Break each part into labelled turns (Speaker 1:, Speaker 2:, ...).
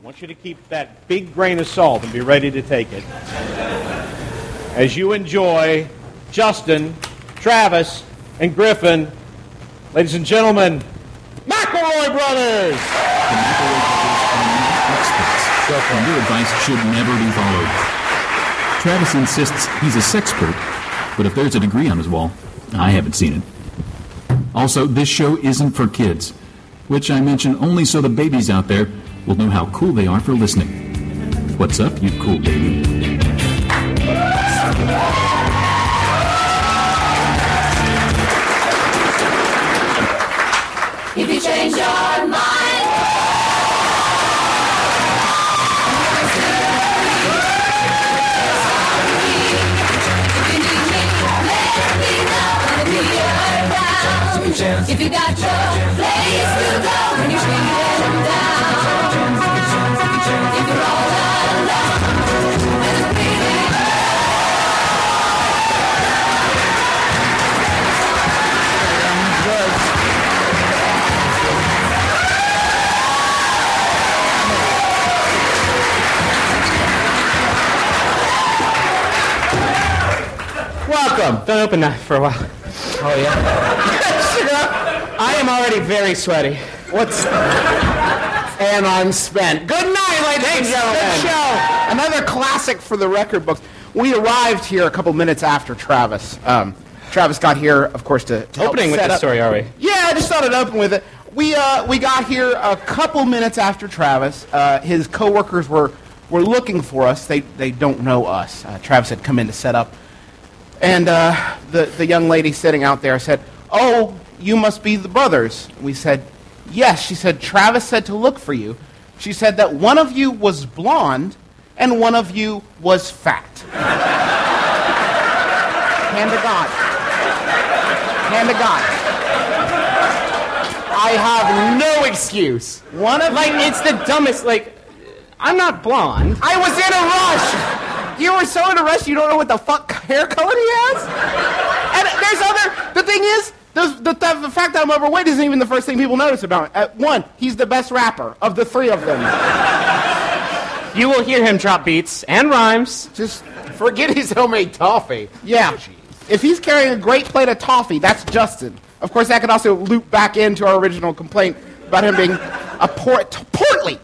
Speaker 1: I want you to keep that big grain of salt and be ready to take it as you enjoy Justin, Travis, and Griffin. Ladies and gentlemen, McElroy Brothers!
Speaker 2: The McElroy Brothers are not experts, and their advice should never be followed. Travis insists he's a sexpert, but if there's a degree on his wall, I haven't seen it. Also, this show isn't for kids, which I mention only so the babies out there will know how cool they are for listening. What's up, you cool baby?
Speaker 3: If you change your mind, if you got your place to go when you're feeling down, if you're all alone and the feeling
Speaker 4: Welcome. Don't open that for a while.
Speaker 5: Oh yeah.
Speaker 4: I am already very sweaty.
Speaker 5: What's and I'm spent. Good night, ladies and gentlemen. Good show. Another classic for the record books. We arrived here a couple minutes after Travis. Um, Travis got here, of course, to, to help
Speaker 4: Opening with
Speaker 5: set
Speaker 4: this
Speaker 5: up-
Speaker 4: story, are we?
Speaker 5: Yeah, I just thought I'd open with it. We uh, we got here a couple minutes after Travis. Uh, his coworkers were were looking for us. They they don't know us. Uh, Travis had come in to set up, and uh, the the young lady sitting out there said, "Oh, you must be the brothers." We said, "Yes." She said, "Travis said to look for you." She said that one of you was blonde, and one of you was fat. Hand to God. Hand to God.
Speaker 4: I have no excuse. One of like it's the dumbest. Like I'm not blonde.
Speaker 5: I was in a rush. You were so in a rush, you don't know what the fuck hair color he has. And there's other. The thing is, the, the, the, the fact that I'm overweight isn't even the first thing people notice about it. At one, he's the best rapper of the three of them.
Speaker 4: You will hear him drop beats and rhymes.
Speaker 5: Just
Speaker 6: Forget his homemade toffee.
Speaker 5: yeah. If he's carrying a great plate of toffee, that's Justin. Of course, that could also loop back into our original complaint about him being a port portly,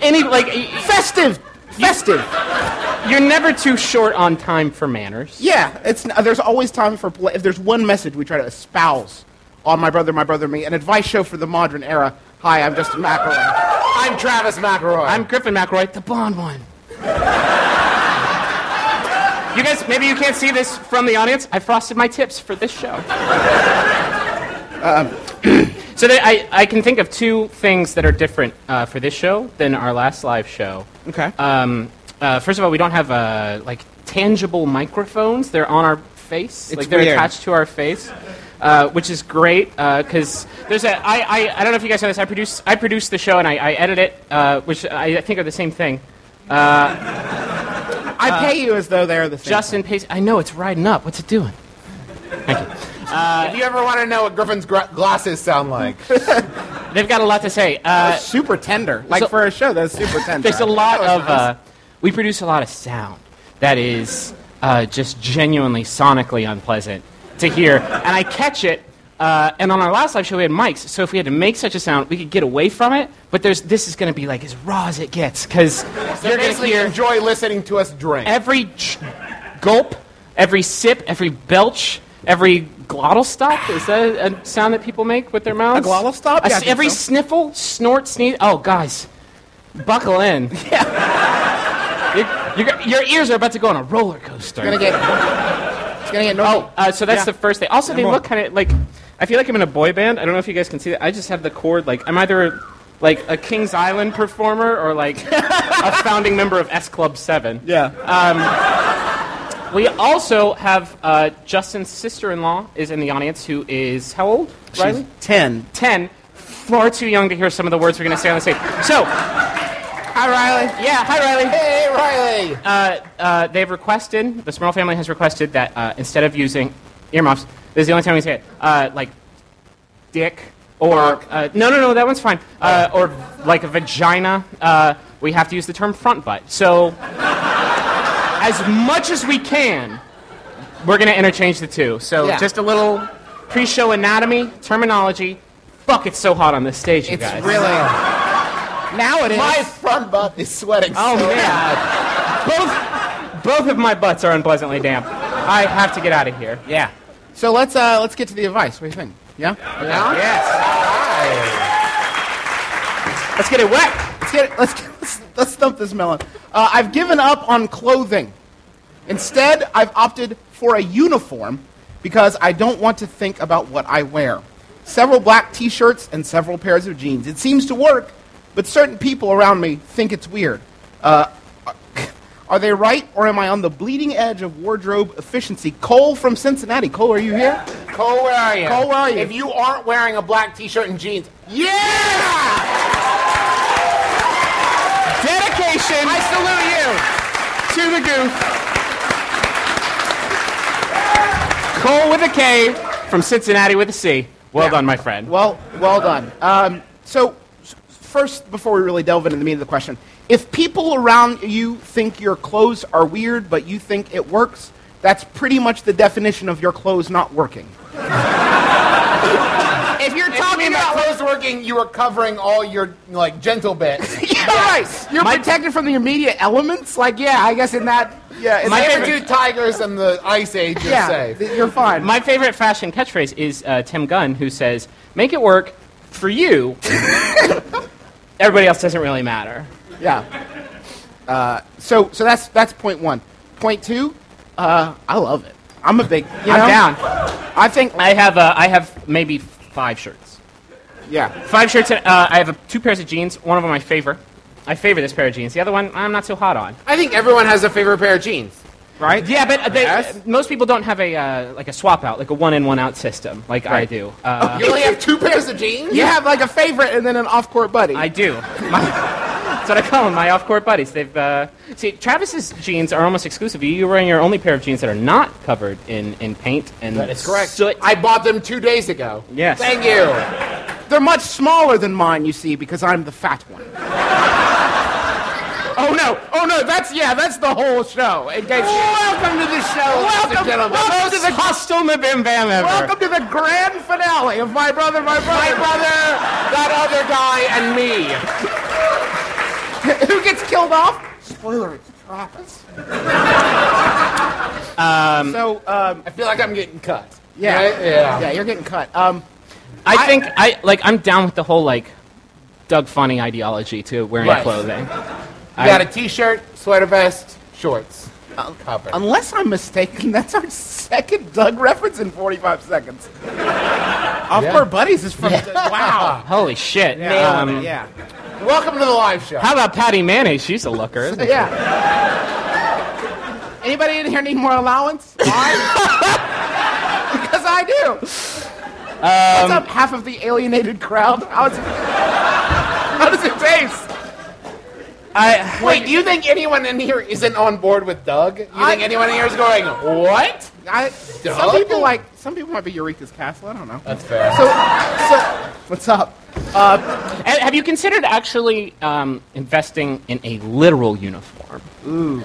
Speaker 4: Any like y-
Speaker 5: festive, festive.
Speaker 4: you're never too short on time for manners.
Speaker 5: Yeah, it's n- there's always time for pla If there's one message we try to espouse on my brother, my brother, me, an advice show for the modern era. Hi, I'm Justin McElroy.
Speaker 6: I'm Travis McElroy.
Speaker 4: I'm Griffin McElroy, the blonde one. you guys, maybe you can't see this from the audience. I frosted my tips for this show. so there, I, I can think of two things that are different uh, for this show than our last live show.
Speaker 5: Okay.
Speaker 4: Um, uh, first of all, we don't have uh, like tangible microphones. They're on our face. like they're
Speaker 5: weird.
Speaker 4: attached to our face, uh, which is great because there's a. I, I I don't know if you guys know this. I produce I produce the show and I, I edit it, uh, which I, I think are the same thing.
Speaker 5: I pay you as though they're the same.
Speaker 4: Uh, Justin Pace. I know it's riding up. What's it doing?
Speaker 6: if you ever want to know what Griffin's gr- glasses sound like,
Speaker 4: They've got a lot to say. Uh,
Speaker 5: That's super tender. Like
Speaker 4: So-
Speaker 5: for a show, that's super tender.
Speaker 4: There's a lot
Speaker 5: Oh,
Speaker 4: of. Uh, we produce a lot of sound that is uh, just genuinely sonically unpleasant to hear, and I catch it. Uh, and on our last live show, we had mics, so if we had to make such a sound, we could get away from it. But there's this is going to be like as raw as it gets because you're going to
Speaker 6: basically
Speaker 4: hear
Speaker 6: enjoy listening to us drink.
Speaker 4: every ch- gulp, every sip, every belch, every glottal stop. Is that a, a sound that people make with their mouths?
Speaker 5: glottal stop?
Speaker 4: A
Speaker 5: Yeah, I
Speaker 4: s-
Speaker 5: think
Speaker 4: every
Speaker 5: so.
Speaker 4: sniffle, snort, sneeze. Oh, guys, buckle in. Yeah. your ears are about to go on a roller coaster.
Speaker 5: It's gonna get. It's gonna get normal.
Speaker 4: Uh, so that's
Speaker 5: Yeah.
Speaker 4: the first thing. Also, they
Speaker 5: more.
Speaker 4: look kind of like. I feel like I'm in a boy band. I don't know if you guys can see that. I just have the chord. Like I'm either like a Kings Island performer or like a founding member of S Club Seven.
Speaker 5: yeah.
Speaker 4: We also have uh, Justin's sister-in-law is in the audience, who is how old? Riley,
Speaker 5: Ten.
Speaker 4: ten. Far too young to hear some of the words we're going to say on the stage. So,
Speaker 5: Hi, Riley.
Speaker 4: yeah, hi Riley.
Speaker 6: Hey, Riley.
Speaker 4: Uh, uh, they've requested the Smurl family has requested that uh, instead of using earmuffs, this is the only time we say it. Uh, like, dick or uh, no, no, no, that one's fine. Uh, or like a vagina. Uh, we have to use the term front butt. So, as much as we can, we're going to interchange the two. So,
Speaker 5: Yeah.
Speaker 4: just a little pre show anatomy, terminology. Fuck, it's so hot on this stage, you
Speaker 5: It's
Speaker 4: guys.
Speaker 5: really. Now it is.
Speaker 6: My front butt is sweating.
Speaker 4: Oh
Speaker 6: so
Speaker 4: man, both both of my butts are unpleasantly damp. I have to get out of here.
Speaker 5: Yeah. So let's uh, let's get to the advice. What do you think? Yeah. Yeah.
Speaker 4: Yes,
Speaker 6: bad.
Speaker 4: let's get it wet.
Speaker 5: Let's get it. Let's get, let's, let's thump this melon. Uh, I've given up on clothing. Instead, I've opted for a uniform because I don't want to think about what I wear. Several black T-shirts and several pairs of jeans. It seems to work, but certain people around me think it's weird. Uh, are they right, or am I on the bleeding edge of wardrobe efficiency? Cole from Cincinnati. Cole, are you here?
Speaker 6: Cole, where are you?
Speaker 5: Cole, where are you?
Speaker 6: If you aren't wearing a black T-shirt and jeans,
Speaker 5: Yeah! Dedication. I salute you. To the goof.
Speaker 4: Cole with a K from Cincinnati with a C. Well done, my friend.
Speaker 5: Well, well done. Um, so, s- first, before we really delve into the meat of the question, if people around you think your clothes are weird, but you think it works, that's pretty much the definition of your clothes not working. if you're talking
Speaker 6: talking about
Speaker 5: about
Speaker 6: clothes working, you are covering all your like gentle bits.
Speaker 5: yeah, right. You're protected from the immediate elements. Like, yeah, I guess in that, yeah, in
Speaker 6: My
Speaker 5: that-
Speaker 6: favorite two tigers and the ice age. You're
Speaker 5: yeah,
Speaker 6: safe.
Speaker 5: th- you're fine.
Speaker 4: my favorite fashion catchphrase is uh, Tim Gunn, who says, "Make it work for you." Everybody else doesn't really matter.
Speaker 5: Yeah. Uh, so so that's that's point one. Point two, uh, I love it. I'm a big. You know,
Speaker 4: I'm down.
Speaker 5: I think.
Speaker 4: I have uh, I have maybe five shirts.
Speaker 5: Yeah.
Speaker 4: Five shirts. And, uh, I have a, two pairs of jeans. One of them I favor. I favor this pair of jeans. The other one I'm not so hot on.
Speaker 6: I think everyone has a favorite pair of jeans.
Speaker 4: right? Yeah, but uh, they, most people don't have a uh, like a swap out, like a one in one out system, like I do. Uh,
Speaker 6: You only have two pairs of jeans.
Speaker 5: You have like a favorite and then an off-court buddy.
Speaker 4: I do. My, that's what I call them, my off court buddies. They've uh, see Travis's jeans are almost exclusive. You're wearing your only pair of jeans that are not covered in, in paint and that is
Speaker 6: Correct.
Speaker 4: Soot.
Speaker 6: I bought them two days ago.
Speaker 4: Yes.
Speaker 6: Thank you.
Speaker 5: They're much smaller than mine, you see, because I'm the fat one. oh no! Oh no! That's yeah. That's the whole show. In case- welcome to the show,
Speaker 6: ladies and gentlemen.
Speaker 5: Welcome to the
Speaker 4: Hostile Bam Bam ever.
Speaker 5: welcome to the grand finale of my brother, my brother,
Speaker 6: My brother, that other guy, and me.
Speaker 5: Who gets killed off? Spoiler, it's Travis. Um, so, um,
Speaker 6: I feel like I'm getting cut.
Speaker 5: yeah,
Speaker 6: Right? Yeah.
Speaker 5: yeah, you're getting cut. Um,
Speaker 4: I think I like I'm down with the whole like Doug Funny ideology to wearing
Speaker 6: Right.
Speaker 4: clothing.
Speaker 6: You got a t-shirt, sweater vest, shorts. Covered.
Speaker 5: unless I'm mistaken, that's our second Doug reference in 45 seconds. Off
Speaker 6: Yeah.
Speaker 5: Our buddies is from wow.
Speaker 4: Holy shit.
Speaker 5: Yeah.
Speaker 4: Um,
Speaker 5: yeah,
Speaker 6: Welcome to the live show.
Speaker 4: How about Patty Mayonnaise? She's a looker, isn't she?
Speaker 5: yeah. Anybody in here need more allowance? I- because I do. What's up, half of the alienated crowd? How, is it, how does it taste?
Speaker 4: I,
Speaker 6: Wait, do you think anyone in here isn't on board with Doug? You
Speaker 5: I-
Speaker 6: think anyone in here is going, what?
Speaker 5: I, some
Speaker 6: Doug?
Speaker 5: people like some people might be Eureka's Castle. I don't know.
Speaker 6: That's fair.
Speaker 5: So, so what's up?
Speaker 4: Ha- have you considered actually um, investing in a literal uniform? Ooh.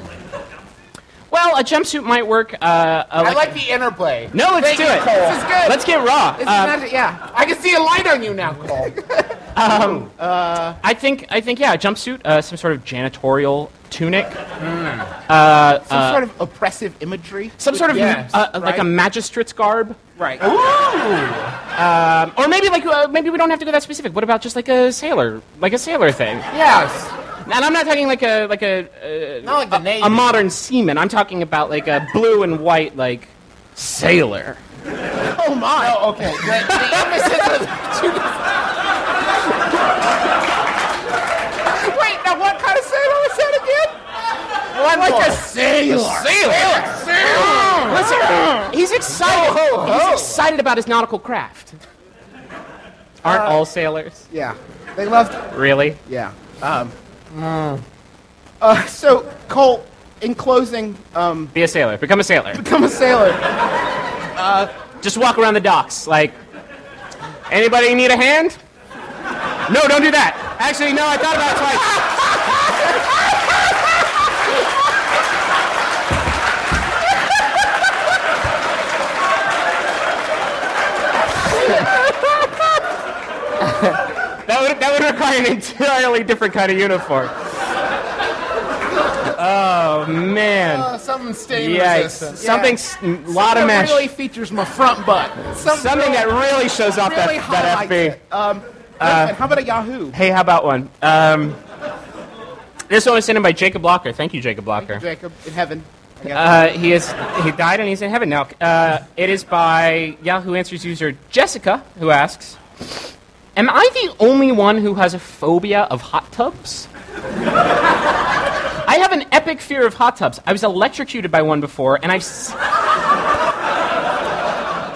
Speaker 4: Well, a jumpsuit might work. Uh, uh,
Speaker 6: I like the interplay.
Speaker 4: no, let's
Speaker 6: Thank
Speaker 4: do
Speaker 6: you,
Speaker 4: it.
Speaker 6: Cole.
Speaker 5: This is good.
Speaker 4: Let's get raw.
Speaker 5: It's
Speaker 4: Uh,
Speaker 5: not, yeah.
Speaker 6: I can see a light on you now, Cole.
Speaker 4: I think. I think. Yeah, a jumpsuit, uh, some sort of janitorial tunic,
Speaker 5: Some sort of oppressive imagery.
Speaker 4: some sort of
Speaker 6: Yes,
Speaker 4: uh, uh, like
Speaker 5: right.
Speaker 4: a magistrate's garb,
Speaker 5: Right.
Speaker 4: Um, or maybe like uh, maybe we don't have to go that specific. What about just like a sailor, like a sailor thing?
Speaker 6: yes.
Speaker 4: And I'm not talking like a like a uh,
Speaker 6: Not like the name.
Speaker 4: a modern seaman. I'm talking about like a blue and white like sailor.
Speaker 5: Oh my. Oh, okay. Wait. Now, what kind of sailor was that again?
Speaker 6: One
Speaker 5: Like
Speaker 6: more.
Speaker 5: a sailor.
Speaker 4: Sailor. Listen, he's excited. He's excited about his nautical craft. Aren't
Speaker 5: Uh,
Speaker 4: all sailors
Speaker 5: Yeah. They loved.
Speaker 4: really?
Speaker 5: Yeah. Um. Uh, so, Cole, in closing, um,
Speaker 4: Be a sailor. Become a sailor.
Speaker 5: become a sailor.
Speaker 4: Just walk around the docks. Like, anybody need a hand? No, don't do that. Actually, no. I thought about it twice. an entirely different kind of uniform. Oh man!
Speaker 6: Uh, something stain
Speaker 4: Yikes!
Speaker 6: resistant.
Speaker 4: Something, s- a lot of
Speaker 5: Something
Speaker 4: mesh.
Speaker 5: that really features my front butt. Something,
Speaker 4: Something that really shows off that, Uh,
Speaker 5: really
Speaker 4: that
Speaker 5: highlights
Speaker 4: FB.
Speaker 5: it. Um, and how about a Yahoo?
Speaker 4: Hey, how about one? Um, this one was sent in by Jacob Locker. Thank you, Jacob Locker.
Speaker 5: Jacob in heaven. I guess.
Speaker 4: Uh, he is he died and he's in heaven now. Uh, it is by Yahoo Answers user Jessica who asks, "Am I the only one who has a phobia of hot tubs?" I have an epic fear of hot tubs. I was electrocuted by one before, and I've s-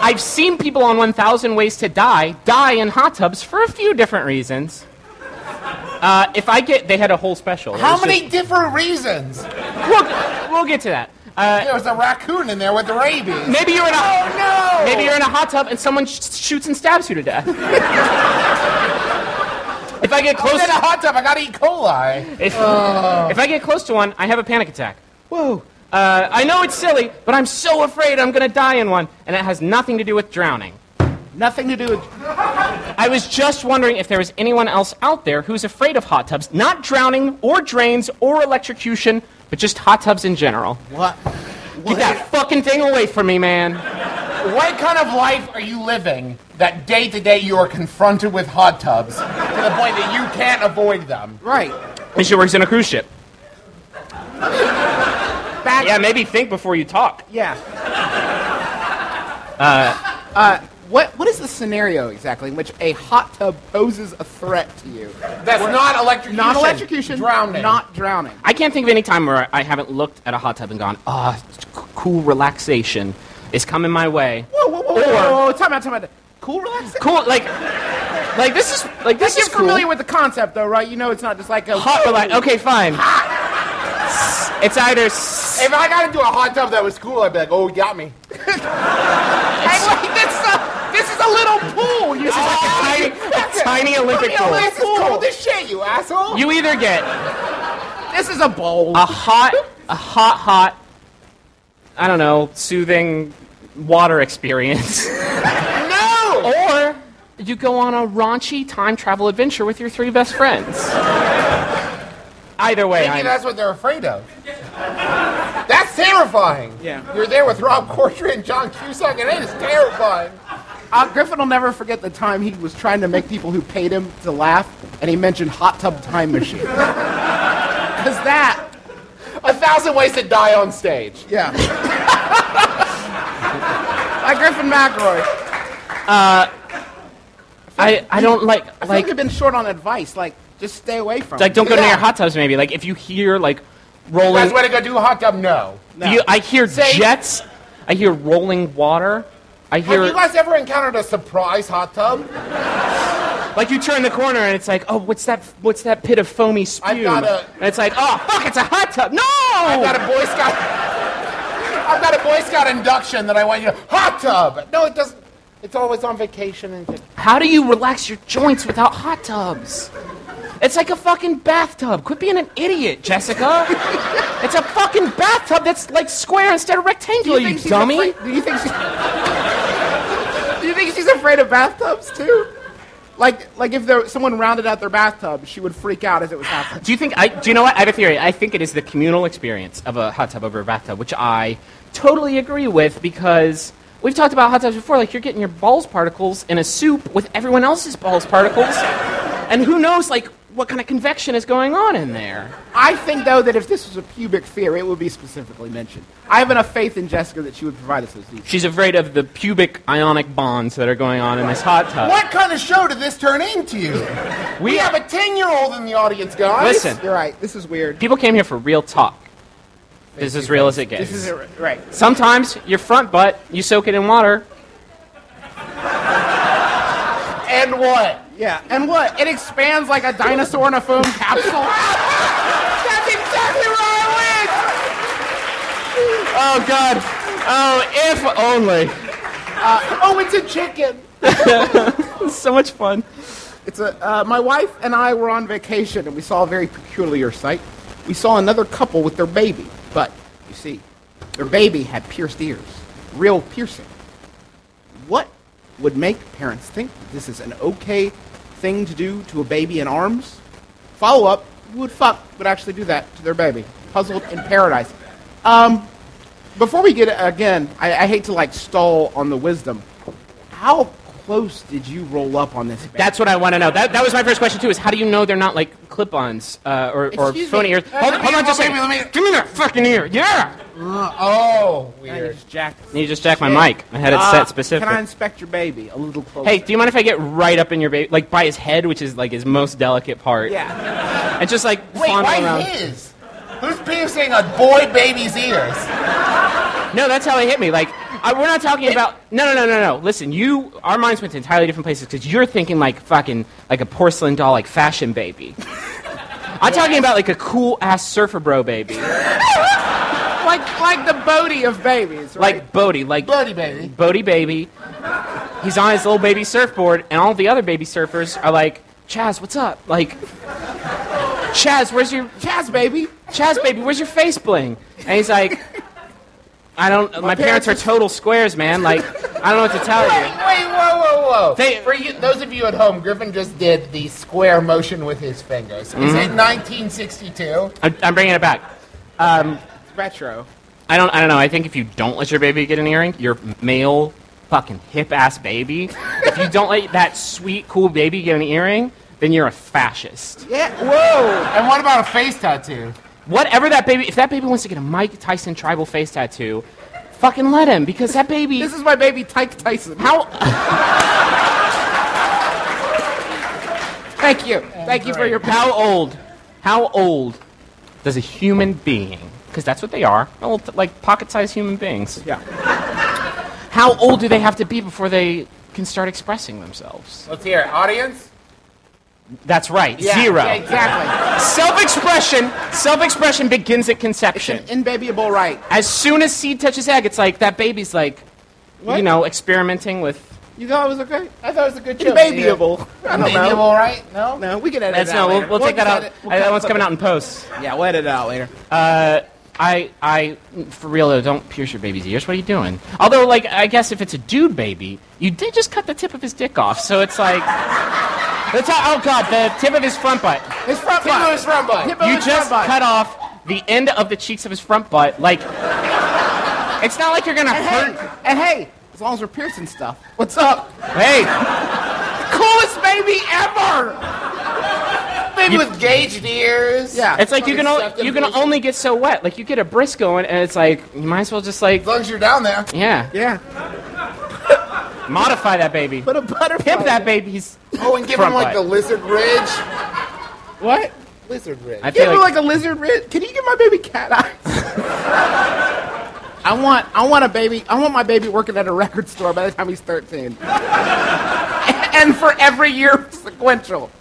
Speaker 4: I've seen people on 1,000 Ways to Die die in hot tubs for a few different reasons. Uh, if I get, they had a whole special. It
Speaker 6: How
Speaker 4: was
Speaker 6: many different reasons?
Speaker 4: just- we'll, we'll get to that. Uh,
Speaker 6: There was a raccoon in there with rabies.
Speaker 4: Maybe you're in a
Speaker 6: Oh, no!
Speaker 4: Maybe you're in a hot tub and someone sh- shoots and stabs you to death. if I get
Speaker 6: I
Speaker 4: close,
Speaker 6: was in a hot tub. I got E. coli.
Speaker 4: if, if I get close to one, I have a panic attack. Whoa. Uh, I know it's silly, but I'm so afraid I'm gonna die in one, and it has nothing to do with drowning.
Speaker 5: Nothing to do with.
Speaker 4: I was just wondering if there was anyone else out there who's afraid of hot tubs, not drowning or drains or electrocution, but just hot tubs in general.
Speaker 5: What?
Speaker 4: Get that fucking thing away from me, man.
Speaker 6: What kind of life are you living that day to day you are confronted with hot tubs to the point that you can't avoid them?
Speaker 5: Right.
Speaker 4: And she works in a cruise ship.
Speaker 5: Back.
Speaker 4: Yeah, maybe think before you talk.
Speaker 5: Yeah. Uh, what what is the scenario exactly in which a hot tub poses a threat to you?
Speaker 6: That's not electrocution.
Speaker 5: Not electrocution,
Speaker 6: Drowning.
Speaker 5: Not drowning.
Speaker 4: I can't think of any time where I haven't looked at a hot tub and gone, ah, c- cool relaxation is coming my way.
Speaker 5: Whoa, whoa, whoa, whoa,
Speaker 4: Or-
Speaker 5: whoa, whoa, whoa, time out, time out. Cool, relax.
Speaker 4: Cool, like, like this is like this
Speaker 5: You're
Speaker 4: is cool.
Speaker 5: familiar with the concept, though, right? You know it's not just like a
Speaker 4: hot relax. Okay, fine. It's either s-
Speaker 6: If I got into a hot tub that was cool, I'd be like, oh, you got me.
Speaker 5: Hey, wait, this, is a, this is a little pool. You
Speaker 4: like a tiny- a tiny Olympic
Speaker 5: Put me on
Speaker 4: pool.
Speaker 5: this
Speaker 6: This is
Speaker 5: pool.
Speaker 6: cold as shit, you asshole.
Speaker 4: you either get
Speaker 5: This is a bowl.
Speaker 4: a hot, a hot, hot, I don't know, soothing water experience,
Speaker 6: no!
Speaker 4: or you go on a raunchy time travel adventure with your three best friends. Either way,
Speaker 6: Maybe
Speaker 4: I'm,
Speaker 6: that's what they're afraid of. That's terrifying.
Speaker 5: Yeah.
Speaker 6: You're there with Rob Corddry and John Cusack, and it is terrifying.
Speaker 5: Uh, Griffin will never forget the time he was trying to make people who paid him to laugh, and he mentioned hot tub time machine. Because that,
Speaker 6: A thousand ways to die on stage.
Speaker 5: yeah. By Griffin McElroy.
Speaker 4: I, I don't like
Speaker 5: I feel like
Speaker 4: like
Speaker 5: you've been short on advice. Like, just stay away from.
Speaker 4: like
Speaker 5: it.
Speaker 4: don't go
Speaker 6: Yeah.
Speaker 4: near hot tubs maybe like if you hear like
Speaker 6: That's
Speaker 4: rolling
Speaker 6: where to go do a hot tub. No.
Speaker 5: No.
Speaker 4: you, i hear
Speaker 5: Say-
Speaker 4: jets i hear rolling water i hear
Speaker 6: Have you guys ever encountered a surprise hot tub?
Speaker 4: like you turn the corner and it's like oh what's that what's that pit of foamy spume
Speaker 6: I've got a-
Speaker 4: and it's like oh fuck it's a hot tub no
Speaker 6: I've got a Boy Scout. I've got a Boy Scout induction that I want you to hot tub. No, it doesn't. It's always on vacation and
Speaker 4: how do you relax your joints without hot tubs it's like a fucking bathtub quit being an idiot jessica it's a fucking bathtub that's like square instead of
Speaker 5: Do
Speaker 4: rectangular you,
Speaker 5: think she's
Speaker 4: dummy
Speaker 5: afraid- do you think she? do you think she's afraid of bathtubs too? Like, like if there, someone rounded out their bathtub, she would freak out as it was happening.
Speaker 4: Do you think I? Do you know what? I have a theory. I think it is the communal experience of a hot tub over a bathtub, which I totally agree with because we've talked about hot tubs before. Like you're getting your balls particles in a soup with everyone else's balls particles, and who knows like what kind of convection is going on in there?
Speaker 5: I think though that if this was a pubic fear, it would be specifically mentioned. I have enough faith in Jessica that she would provide us those details.
Speaker 4: She's afraid of the pubic ionic bonds that are going on in this hot tub.
Speaker 6: What kind of show did this turn into? We have a 10 year old in the audience, guys.
Speaker 4: Listen,
Speaker 5: You're right. This is weird.
Speaker 4: people came here for real talk. This is as real as it gets.
Speaker 5: This is ir- right.
Speaker 4: Sometimes your front butt, you soak it in water.
Speaker 6: And what?
Speaker 5: Yeah. And what? It expands like a dinosaur in a foam capsule.
Speaker 6: That's exactly where I went!
Speaker 4: Oh God! Oh, if only.
Speaker 5: oh, it's a chicken.
Speaker 4: so much fun.
Speaker 5: It's a, uh, my wife and I were on vacation and we saw a very peculiar sight. We saw another couple with their baby, but you see, their baby had pierced ears, real piercing. What would make parents think that this is an okay thing to do to a baby in arms? Follow up, who would fuck would actually do that to their baby? Puzzled in paradise. Um, before we get again, I, I hate to like stall on the wisdom. How close did you roll up on this? baby?
Speaker 4: That's what I want to know. That, that was my first question too. Is how do you know they're not like clip-ons uh, or, or
Speaker 5: Excuse
Speaker 4: phony
Speaker 5: me.
Speaker 4: ears? Hold,
Speaker 6: let me-
Speaker 4: hold on, just a
Speaker 6: okay,
Speaker 4: second.
Speaker 6: let me-
Speaker 4: Give me that fucking ear. Yeah.
Speaker 6: Oh, weird.
Speaker 5: Just jacked.
Speaker 4: You just jacked my mic. I had it
Speaker 5: Uh,
Speaker 4: set specific.
Speaker 5: Can I inspect your baby a little closer?
Speaker 4: Hey, do you mind if I get right up in your baby, like by his head, which is like his most delicate part?
Speaker 5: yeah.
Speaker 4: And just like
Speaker 6: Wait,
Speaker 4: fondle
Speaker 6: why
Speaker 4: around.
Speaker 6: his? Who's piercing a boy baby's ears?
Speaker 4: No, that's how it hit me. Like, I, we're not talking about. No, no, no, no, no. Listen, you. Our minds went to entirely different places because you're thinking like fucking like a porcelain doll, like fashion baby. I'm talking about like a cool ass surfer bro baby,
Speaker 5: Like like the Bodhi of babies, right?
Speaker 4: like Bodie, like
Speaker 6: Bloody baby.
Speaker 4: Bodie baby. He's on his little baby surfboard, and all the other baby surfers are like, Chaz, what's up? Like, Chaz, where's your
Speaker 5: Chaz baby.
Speaker 4: Chaz, baby, where's your face bling? And he's like, I don't. My, parents,
Speaker 5: parents
Speaker 4: are total squares, man. Like, I don't know what to tell
Speaker 6: Wait,
Speaker 4: you.
Speaker 6: wait, whoa, whoa, whoa.
Speaker 4: They-
Speaker 6: For you, those of you at home, Griffin just did the square motion with his fingers. Is it 1962?
Speaker 4: I'm, I'm bringing it back.
Speaker 5: Retro.
Speaker 4: I don't. I don't know. I think if you don't let your baby get an earring, your male fucking hip ass baby. if you don't let that sweet cool baby get an earring, then you're a fascist.
Speaker 5: Yeah. Whoa.
Speaker 6: And what about a face tattoo?
Speaker 4: Whatever that baby. If that baby wants to get a Mike Tyson tribal face tattoo, fucking let him because that baby.
Speaker 5: This is my baby Tyke Tyson.
Speaker 4: how
Speaker 5: Thank you. Thank you for your
Speaker 4: How old? How old does a human being? Because that's what they are, little, t- like pocket-sized human beings.
Speaker 5: Yeah.
Speaker 4: How old do they have to be before they can start expressing themselves?
Speaker 6: Let's hear it. Audience?
Speaker 4: That's right,
Speaker 6: Yeah,
Speaker 4: zero.
Speaker 6: yeah, exactly.
Speaker 4: Self-expression, self-expression begins at
Speaker 5: It's
Speaker 4: conception.
Speaker 5: an inbabyable right.
Speaker 4: as soon as seed touches egg, it's like that baby's like, you
Speaker 5: What?
Speaker 4: know, experimenting with.
Speaker 5: You thought it was okay?
Speaker 6: I thought it was a good joke.
Speaker 5: Inbabyable. I don't
Speaker 6: Maybe
Speaker 5: know.
Speaker 6: all right? No?
Speaker 5: No, we can edit
Speaker 4: That's
Speaker 5: it
Speaker 4: no,
Speaker 5: out.
Speaker 4: we'll,
Speaker 5: later.
Speaker 4: we'll take that out.
Speaker 5: edit-
Speaker 4: Uh, that one's coming out in post.
Speaker 5: Yeah, we'll edit it out later.
Speaker 4: I, I, for real though, don't pierce your baby's ears. What are you doing? Although, like, I guess if it's a dude baby, you did just cut the tip of his dick off, so it's like, the top, oh god, the tip of his front butt.
Speaker 5: It's front
Speaker 6: Tip of his front butt.
Speaker 5: Tip of
Speaker 4: you
Speaker 5: his
Speaker 4: just
Speaker 5: front butt.
Speaker 4: cut off the end of the cheeks of his front butt. Like, it's not like you're gonna
Speaker 5: And
Speaker 4: hurt.
Speaker 5: hey, and hey, as long as we're piercing stuff. What's up?
Speaker 4: Hey,
Speaker 5: Coolest baby ever.
Speaker 6: Maybe with gauged ears.
Speaker 5: Yeah.
Speaker 4: it's like you can only,
Speaker 6: Fucking
Speaker 4: you can
Speaker 6: sucked in
Speaker 4: only get so wet. Like you get a brisk going, and it's like you might as well just like,
Speaker 6: As long as you're down there.
Speaker 4: yeah,
Speaker 5: Yeah.
Speaker 4: modify that baby,
Speaker 5: Put a butterfly.
Speaker 4: pimp that baby's.
Speaker 6: Oh, and give
Speaker 4: Front
Speaker 6: him
Speaker 4: butt.
Speaker 6: like the lizard ridge.
Speaker 5: What?
Speaker 6: Lizard ridge.
Speaker 4: I
Speaker 5: Give
Speaker 4: feel
Speaker 5: her
Speaker 4: like,
Speaker 5: like a lizard wrist. Can you give my baby cat eyes? I want, I want a baby. I want my baby working at a record store by the time he's 13, and for every year sequential.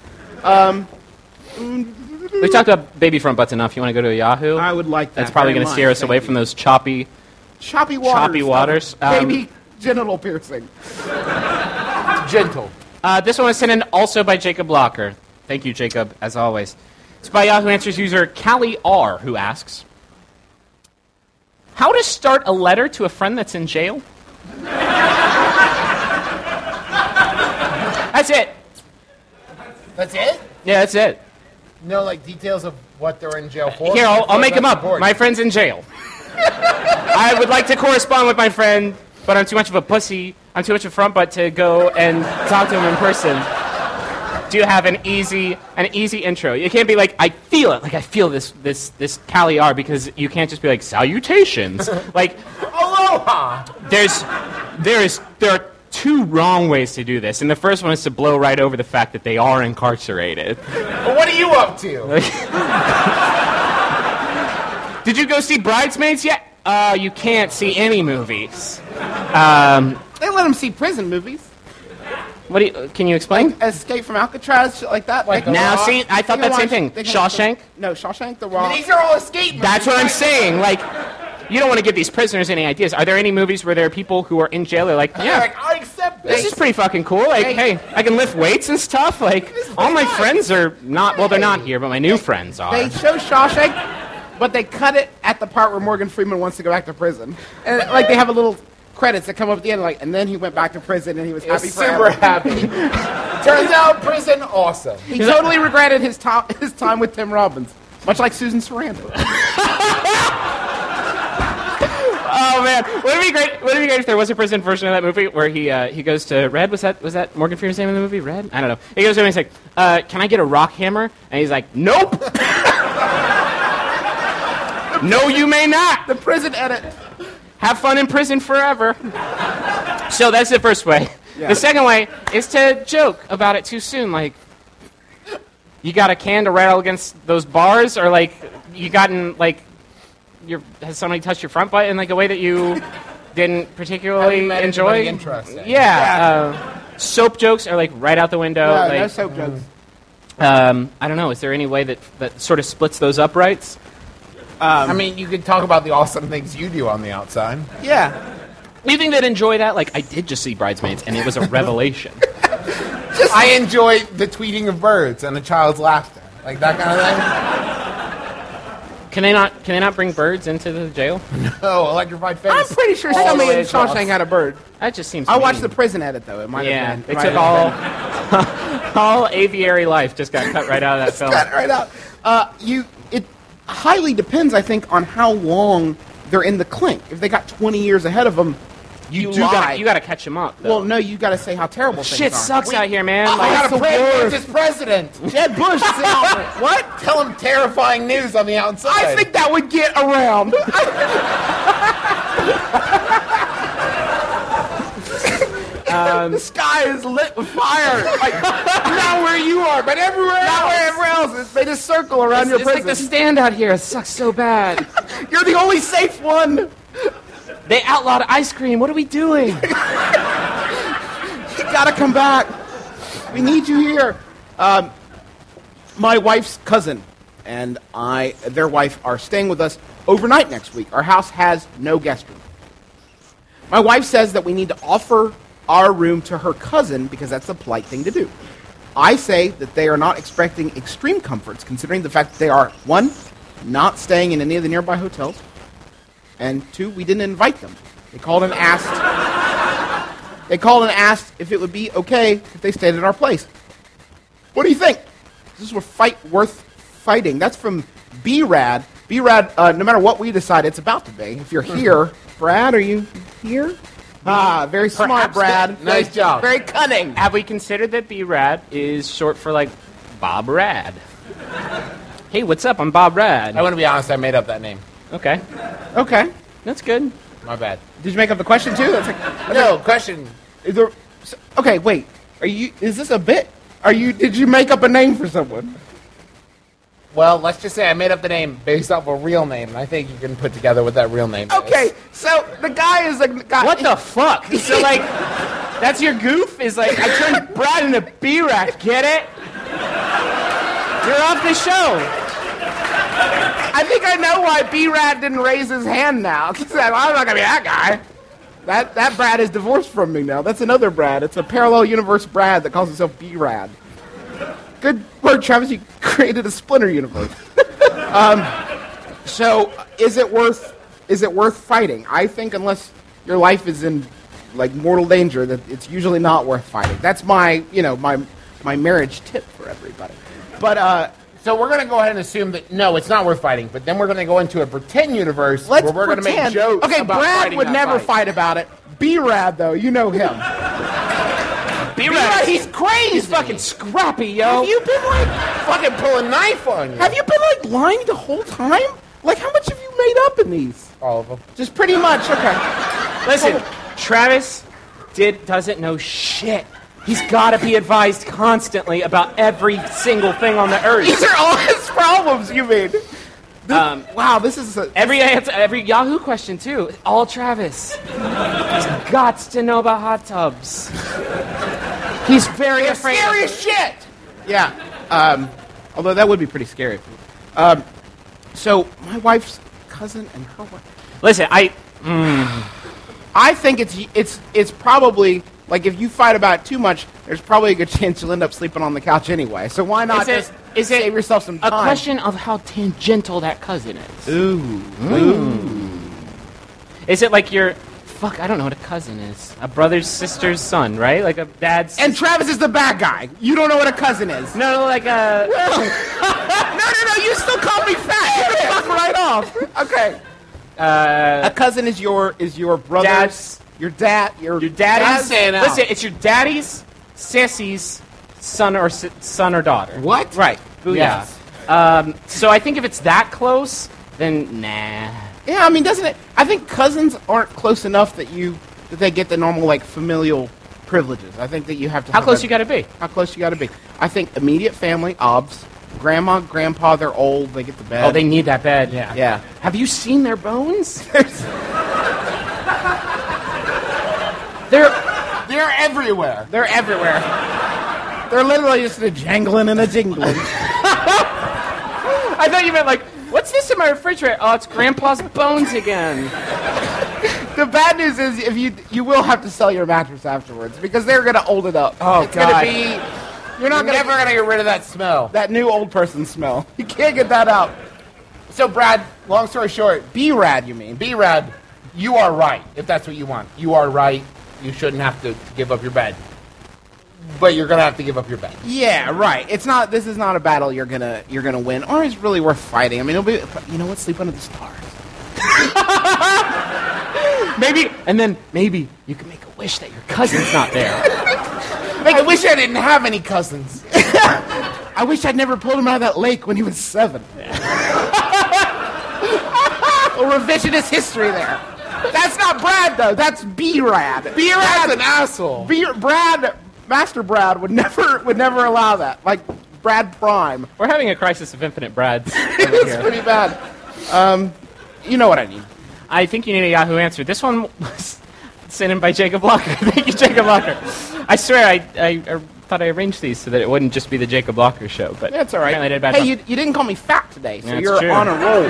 Speaker 4: we've talked about baby front butts enough. You want to go to a Yahoo?
Speaker 5: I would like that.
Speaker 4: That's probably going to steer us away from those choppy.
Speaker 5: choppy waters.
Speaker 4: choppy waters.
Speaker 5: of
Speaker 4: Um,
Speaker 5: baby genital piercing.
Speaker 6: gentle.
Speaker 4: Uh, this one was sent in also by Jacob Locker. Thank you, Jacob, as always. It's by Yahoo Answers user Callie R, who asks How to start a letter to a friend that's in jail? that's it.
Speaker 6: That's it?
Speaker 4: Yeah, that's it.
Speaker 6: No, like details of what they're in jail for.
Speaker 4: Here, I'll, I'll
Speaker 6: Or
Speaker 4: make him
Speaker 6: that's
Speaker 4: up.
Speaker 6: important.
Speaker 4: My friend's in jail. I would like to correspond with my friend, but I'm too much of a pussy. I'm too much of a front butt to go and talk to him in person. Do you have an easy, an easy intro? You can't be like, I feel it, like I feel this, this, this Cali R, because you can't just be like salutations. like,
Speaker 6: Aloha!
Speaker 4: there's, there is, there are two wrong ways to do this, and the first one is to blow right over the fact that they are incarcerated.
Speaker 6: What are you up to?
Speaker 4: Did you go see Bridesmaids yet? Uh, you can't see any movies.
Speaker 5: They let him see prison movies,
Speaker 4: What do you, uh, can you explain?
Speaker 5: Escape from Alcatraz, shit like that. Like
Speaker 6: The
Speaker 4: now,
Speaker 6: Rock.
Speaker 4: see, I thought that same thing. Shawshank.
Speaker 5: No, Shawshank. The Rock.
Speaker 6: These are all escape movies.
Speaker 4: That's what I'm saying. Like, you don't want to give these prisoners any ideas. Are there any movies where there are people who are in jail? They're like,
Speaker 6: Yeah.
Speaker 4: yeah,
Speaker 6: Like, I accept
Speaker 4: this is pretty fucking cool. Like,
Speaker 5: Hey.
Speaker 4: hey, I can lift weights and stuff. Like, all my friends are not. Well, they're not here, but my new friends are.
Speaker 5: They show Shawshank, but they cut it at the part where Morgan Freeman wants to go back to prison. And like they have a little credits that come up at the end, like, and then he went back to prison and he was happy forever.
Speaker 6: super happy. Turns out prison awesome.
Speaker 5: He totally regretted his, to- his time with Tim Robbins, much like Susan Sarandon.
Speaker 4: Oh man, would it be great? Would it be great if there was a prison version of that movie where he uh, he goes to Red? Was that was that Morgan Freeman's name in the movie? Red? I don't know. He goes to him and he's like, uh, "Can I get a rock hammer?" And he's like, "Nope." no, you may not.
Speaker 5: the prison edit. uh,
Speaker 4: Have fun in prison forever. so that's the first way. The second way is to joke about it too soon, like. You got a can to rattle against those bars, or like you gotten like your has somebody touched your front butt in like a way that you didn't particularly
Speaker 6: met
Speaker 4: enjoy?
Speaker 6: anybody interesting.
Speaker 4: Yeah. Uh, soap jokes are like right out the window.
Speaker 5: Uh,
Speaker 4: like,
Speaker 5: no soap jokes.
Speaker 4: um, I don't know. Is there any way that that sort of splits those up right?
Speaker 6: Um, I mean, you could talk about the awesome things you do on the outside.
Speaker 5: Yeah.
Speaker 4: Do you think that enjoy that? Like I did just see Bridesmaids, and it was a revelation.
Speaker 6: I enjoy the tweeting of birds and a child's laughter, like that kind of
Speaker 4: can they not? Can they not bring birds into the jail?
Speaker 6: thing. Oh, electrified face.
Speaker 5: I'm pretty sure
Speaker 6: All the
Speaker 5: somebody
Speaker 6: way
Speaker 5: in
Speaker 6: across.
Speaker 5: Shawshank had a bird.
Speaker 4: That just seems.
Speaker 5: I watched the
Speaker 4: mean.
Speaker 5: prison edit, though. It might
Speaker 4: Yeah,
Speaker 5: have
Speaker 4: they
Speaker 5: been.
Speaker 4: took all all aviary life just got cut right out of that film.
Speaker 5: Cut it right out. Uh, you, it highly depends, I think, on how long they're in the clink. If they got 20 years ahead of them, you,
Speaker 4: You,
Speaker 5: do lie.
Speaker 4: gotta, you gotta catch him up. Though.
Speaker 5: well, no, you got to say how terrible
Speaker 4: shit
Speaker 5: things are. Oh,
Speaker 4: sucks out here, man.
Speaker 6: I
Speaker 4: Like,
Speaker 5: It's
Speaker 6: got a
Speaker 5: the
Speaker 6: brand
Speaker 5: worst.
Speaker 6: new president.
Speaker 5: Jeb Bush is out. What?
Speaker 6: Tell him terrifying news on the outside.
Speaker 5: I think that would get around. the sky is lit with fire. Like, not where you are, but everywhere not else. wherever else. It's- They just circle around your
Speaker 4: it's like the
Speaker 5: prison.
Speaker 4: stand out here. It sucks so bad.
Speaker 5: You're the only safe one.
Speaker 4: they outlawed ice cream. What are we doing?
Speaker 5: You gotta come back. We need you here. Um, my wife's cousin and I, their wife, are staying with us overnight next week. Our house has no guest room. My wife says that we need to offer our room to her cousin because that's the polite thing to do. I say that they are not expecting extreme comforts considering the fact that they are, one, not staying in any of the nearby hotels, and two, we didn't invite them. They called and asked. They called and asked if it would be okay if they stayed at our place. What do you think? This is a fight worth fighting. That's from B-Rad. B-Rad, uh, no matter what we decide, it's about to be. If you're
Speaker 6: Mm-hmm.
Speaker 5: here, Brad, are you here? Ah, very smart, Brad.
Speaker 6: Nice
Speaker 5: Very-
Speaker 6: job.
Speaker 5: Very cunning.
Speaker 4: Have we considered that B Rad is short for like Bob Rad? hey, what's up? I'm Bob
Speaker 6: I
Speaker 4: Rad.
Speaker 6: want to be honest. I made up that name.
Speaker 4: Okay,
Speaker 5: Okay.
Speaker 4: that's good.
Speaker 6: My bad.
Speaker 5: Did you make up the question too? That's like,
Speaker 6: No question.
Speaker 5: is there, so- okay, wait. Are you? Is this a bit? Are you? Did you make up a name for someone?
Speaker 6: Well, let's just say I made up the name based off a real name, and I think you can put together what that real name is.
Speaker 5: Okay, so the guy is a guy.
Speaker 4: What the fuck? So like, that's your goof? Is like I turned Brad into B Rad. Get it? You're off the show.
Speaker 5: I think I know why B-Rad didn't raise his hand now. He said, I'm not gonna be that guy. That that Brad is divorced from me now. That's another Brad. It's a parallel universe Brad that calls himself B-Rad. Good word, Travis. You created a splinter universe. um, so is it worth is it worth fighting? I think unless your life is in like mortal danger, that it's usually not worth fighting. That's my you know my my marriage tip for everybody. But uh.
Speaker 6: So we're going to go ahead and assume that no, it's not worth fighting. But then we're going to go into a pretend universe
Speaker 5: Let's
Speaker 6: where we're going to make
Speaker 5: pretend-
Speaker 6: jokes.
Speaker 5: Okay,
Speaker 6: about
Speaker 5: Brad
Speaker 6: fighting
Speaker 5: would
Speaker 6: that
Speaker 5: never fight about it. B-Rad though, you know him.
Speaker 4: B Rad.
Speaker 5: he's crazy.
Speaker 4: He's fucking scrappy, yo.
Speaker 5: Have you been like?
Speaker 6: Fucking pull a knife on you.
Speaker 5: Have you been like lying the whole time? Like, how much have you made up in these?
Speaker 6: All of them.
Speaker 5: Just pretty much. Okay.
Speaker 4: Listen, Travis did doesn't know shit. He's got to be advised constantly about every single thing on the
Speaker 5: These
Speaker 4: earth.
Speaker 5: are all his problems. You mean? This- Um, wow, this is a,
Speaker 4: Every answer, every Yahoo question too. All Travis. He's got to know about hot tubs. He's very afraid. of-
Speaker 5: scary as shit. Yeah. Um, although that would be pretty scary. Um, so my wife's cousin and her wife.
Speaker 4: Listen, I
Speaker 5: I think it's it's it's probably like if you fight about it too much, there's probably a good chance you'll end up sleeping on the couch anyway. So why not
Speaker 4: Is it-
Speaker 5: just
Speaker 4: is it
Speaker 5: save yourself some
Speaker 4: a
Speaker 5: time?
Speaker 4: question of how tangential that cousin is.
Speaker 5: Ooh.
Speaker 4: Is it like you're fuck, I don't know what a cousin is. A brother's sister's son, right? Like a dad's.
Speaker 5: And Travis is the bad guy. You don't know what a cousin is.
Speaker 4: no, no, like uh, a.
Speaker 5: No, no, no. You still call me fat. You fuck right off. Okay. a cousin is your is your brother's
Speaker 4: Dad's-
Speaker 5: your dad your
Speaker 4: Your daddy's.
Speaker 6: I'm saying out.
Speaker 4: Listen, it's your daddy's, sissy's son or si- son or daughter.
Speaker 6: What?
Speaker 5: right.
Speaker 4: Booyah.
Speaker 5: Yes.
Speaker 4: Um, so I think if it's that close, then nah.
Speaker 5: Yeah, I mean, doesn't it? I think cousins aren't close enough that you that they get the normal like familial privileges. I think that you have to.
Speaker 4: How
Speaker 5: have
Speaker 4: close
Speaker 5: a-
Speaker 4: you gotta be?
Speaker 5: How close you got to be? I think immediate family, obs, grandma, grandpa. They're old. They get the bed.
Speaker 4: Oh, they need that bed. Yeah.
Speaker 5: Yeah.
Speaker 4: Have you seen their bones? They're
Speaker 6: They're everywhere.
Speaker 5: They're everywhere. They're literally just a jangling and a jingling.
Speaker 4: I thought you meant like, what's this in my refrigerator? Oh, it's Grandpa's bones again.
Speaker 5: the bad news is, if you you will have to sell your mattress afterwards because they're gonna old it up.
Speaker 6: Oh,
Speaker 5: it's
Speaker 6: God.
Speaker 5: gonna be. You're not
Speaker 6: I'm
Speaker 5: gonna
Speaker 6: never gonna get rid of that smell.
Speaker 5: that new old person smell. You can't get that out.
Speaker 6: So, Brad, long story short,
Speaker 5: B rad, you mean?
Speaker 6: B Rad, you are right. If that's what you want, you are right. You shouldn't have to give up your bed, but you're gonna have to give up your bed.
Speaker 5: Yeah, right. It's not. This is not a battle you're gonna you're gonna win, or is really worth fighting. I mean, it'll be. You know what? Sleep under the stars.
Speaker 4: Maybe, and then maybe you can make a wish that your cousin's not there.
Speaker 6: I wish I didn't have any cousins.
Speaker 5: I wish I'd never pulled him out of that lake when he was seven. a revisionist history there. That's not Brad though. That's B rad. B
Speaker 6: Brad's
Speaker 5: rad.
Speaker 6: an asshole.
Speaker 5: B Brad. Master Brad would never would never allow that. Like Brad Prime.
Speaker 4: We're having a crisis of infinite Brads.
Speaker 5: it's pretty bad. Um, you know what I mean.
Speaker 4: I think you need a Yahoo answer. This one was sent in by Jacob Locker. Thank you, Jacob Locker. I swear, I, I, I thought I arranged these so that it wouldn't just be the Jacob Locker show, but
Speaker 5: That's all right.
Speaker 4: apparently I did a bad
Speaker 5: hey,
Speaker 4: job.
Speaker 5: you, you didn't call me fat today, so
Speaker 4: That's
Speaker 5: you're
Speaker 4: true.
Speaker 5: on a roll.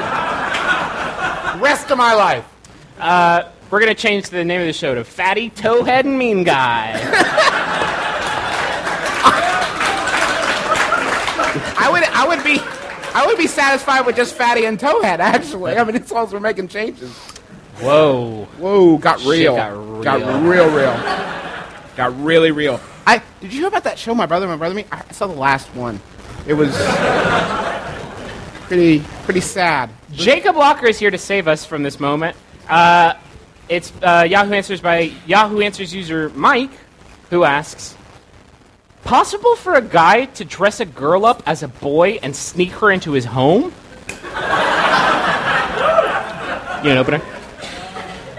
Speaker 6: Rest of my life.
Speaker 4: We're gonna change the name of the show to Fatty Toehead and Mean Guy.
Speaker 5: I would I would be I would be satisfied with just fatty and towhead. Actually, I mean, it's long as we're making changes.
Speaker 4: Whoa.
Speaker 5: Whoa, got
Speaker 4: Shit
Speaker 5: real.
Speaker 4: got real.
Speaker 5: real, real. got really real. I did you hear about that show, my brother, my brother, me? I saw the last one. It was pretty pretty sad.
Speaker 4: Jacob Locker is here to save us from this moment. Uh, it's uh, Yahoo Answers by Yahoo Answers user Mike, who asks, "Possible for a guy to dress a girl up as a boy and sneak her into his home?" you an opener?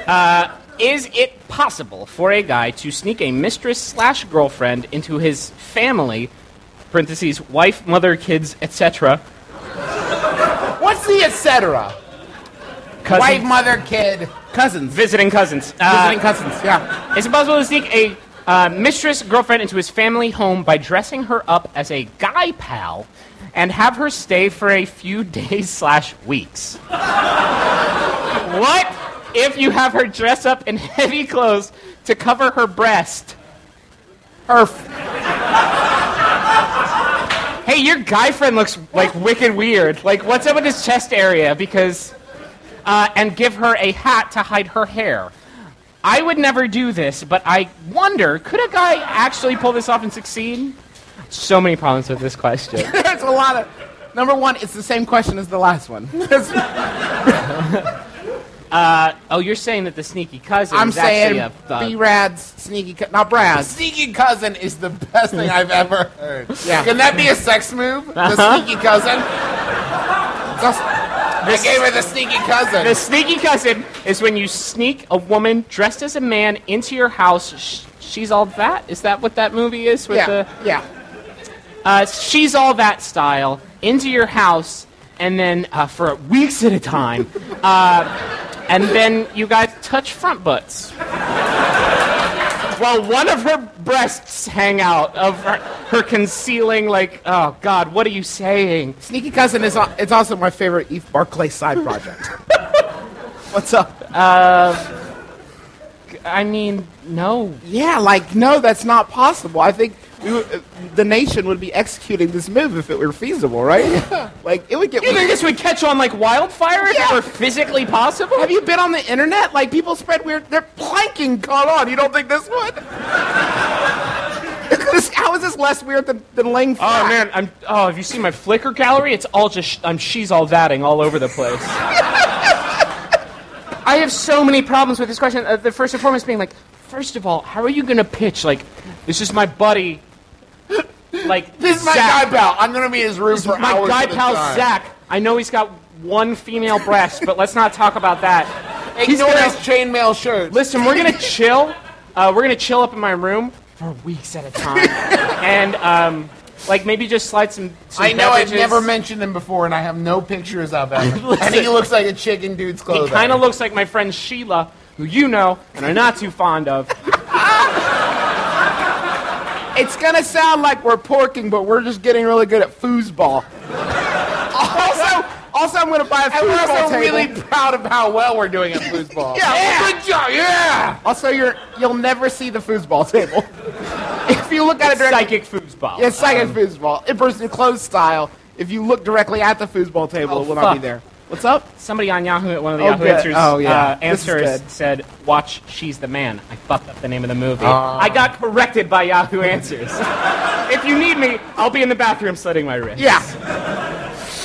Speaker 4: Uh, is it possible for a guy to sneak a mistress slash girlfriend into his family? Parentheses, wife, mother, kids, etc.
Speaker 6: What's the etc.?
Speaker 4: cousins-
Speaker 6: Wife, mother, kid.
Speaker 5: Cousins,
Speaker 4: Visiting cousins. Uh,
Speaker 5: visiting cousins. Yeah,
Speaker 4: It's impossible to sneak a uh, mistress girlfriend into his family home by dressing her up as a guy pal and have her stay for a few days slash weeks. what if you have her dress up in heavy clothes to cover her breast?
Speaker 5: her f-
Speaker 4: Hey, your guy friend looks like wicked weird. Like, what's up with his chest area? Because, uh, and give her a hat to hide her hair. I would never do this, but I wonder could a guy actually pull this off and succeed? So many problems with this question.
Speaker 5: there's a lot of. Number one, it's the same question as the last one.
Speaker 4: oh, you're saying that the sneaky cousin
Speaker 5: I'm
Speaker 4: is actually
Speaker 5: saying
Speaker 4: a. Uh,
Speaker 5: B Rad's sneaky, cou- not Brad's.
Speaker 6: Sneaky cousin is the best thing I've ever heard.
Speaker 5: Yeah.
Speaker 6: Can that be a sex move?
Speaker 4: Uh-huh.
Speaker 6: The sneaky cousin?
Speaker 5: Just,
Speaker 6: I gave her the sneaky cousin.
Speaker 4: the sneaky cousin is when you sneak a woman dressed as a man into your house. Sh- she's all that? Is that what that movie is? With
Speaker 5: yeah,
Speaker 4: the.
Speaker 5: yeah.
Speaker 4: uh, she's all that style into your house, and then uh, for weeks at a time, uh, and then you guys touch front butts. While one of her breasts hang out of her, her concealing, like, oh God, what are you saying?
Speaker 5: Sneaky cousin is al- it's also my favorite Eve Barclay side project. What's up?
Speaker 4: I mean, no.
Speaker 5: Yeah, like no, that's not possible. I think we would, uh, the nation would be executing this move if it were feasible, right? Like it would get.
Speaker 4: You think this would catch on like wildfire if
Speaker 5: Yeah.
Speaker 4: it were physically possible?
Speaker 5: Have you been on the internet? Like people spread weird. They're planking caught on. You don't think this would? This- How is this less weird than, than laying flat?
Speaker 4: Oh man, I'm. Oh, have you seen my Flickr gallery? It's all just. I'm. She's all thatting all over the place. I have so many problems with this question. Uh, the first and foremost being like, first of all, how are you gonna pitch? Like, this is my buddy. Like
Speaker 6: This is my
Speaker 4: Zach.
Speaker 6: guy pal. I'm gonna be his room for
Speaker 4: My
Speaker 6: hours
Speaker 4: guy
Speaker 6: at a
Speaker 4: pal
Speaker 6: time.
Speaker 4: Zach. I know he's got one female breast, but let's not talk about that. He's
Speaker 6: Ignore
Speaker 4: gonna-
Speaker 6: his chainmail shirt.
Speaker 4: Listen, we're gonna chill. Uh, we're gonna chill up in my room for weeks at a time, and um, like maybe just slide some. some
Speaker 6: I know I've
Speaker 4: beverages.
Speaker 6: never mentioned him before, and I have no pictures of him. and he looks like a chicken dude's
Speaker 4: He
Speaker 6: clothes.
Speaker 4: kind of looks like my friend Sheila, who you know and are not too fond of.
Speaker 5: It's gonna sound like we're porking, but we're just getting really good at foosball. also, also, I'm gonna buy a
Speaker 6: And we're
Speaker 5: foosball
Speaker 6: also
Speaker 5: table.
Speaker 6: really proud of how well we're doing at foosball.
Speaker 5: Yeah.
Speaker 6: good job. Yeah.
Speaker 5: Also, you're you'll never see the foosball table. if you look at it directly,
Speaker 4: Psychic foosball.
Speaker 5: it's like a foosball, in person closed style. If you look directly at the foosball table,
Speaker 4: Oh,
Speaker 5: it will not be
Speaker 4: fuck.
Speaker 5: there. What's up?
Speaker 4: Somebody on Yahoo at one of the
Speaker 5: Oh,
Speaker 4: Yahoo
Speaker 5: good.
Speaker 4: answers,
Speaker 5: Oh, yeah.
Speaker 4: uh,
Speaker 5: This is
Speaker 4: answers
Speaker 5: good.
Speaker 4: said, "Watch, she's the man." I fucked up the name of the movie.
Speaker 5: Ah.
Speaker 4: I got corrected by Yahoo Answers. if you need me, I'll be in the bathroom slitting my wrist.
Speaker 5: Yeah.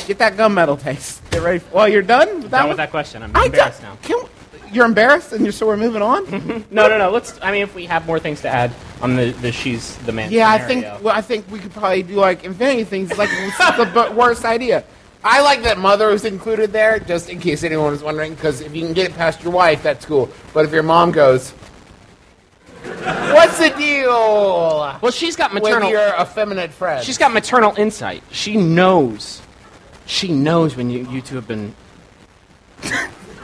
Speaker 5: Get that gunmetal taste. Get ready. Well, you're done with that
Speaker 4: Done
Speaker 5: one?
Speaker 4: with that question. I'm
Speaker 5: I
Speaker 4: embarrassed
Speaker 5: don't-
Speaker 4: now.
Speaker 5: Can we- you're embarrassed, and you're so we're moving on.
Speaker 4: No, no, no. Let's. I mean, if we have more things to add on the, the she's the man.
Speaker 5: yeah, I think
Speaker 4: scenario.
Speaker 5: well, I think we could probably do like infinity things. It's Like it's the bu- worst idea.
Speaker 6: I like that mother was included there, just in case anyone was wondering. Because if you can get it past your wife, that's cool. But if your mom goes, "What's the deal
Speaker 4: Well, she's got
Speaker 6: with
Speaker 4: maternal.
Speaker 6: your effeminate friend?"
Speaker 4: She's got maternal insight. She knows. She knows when you, you two have been.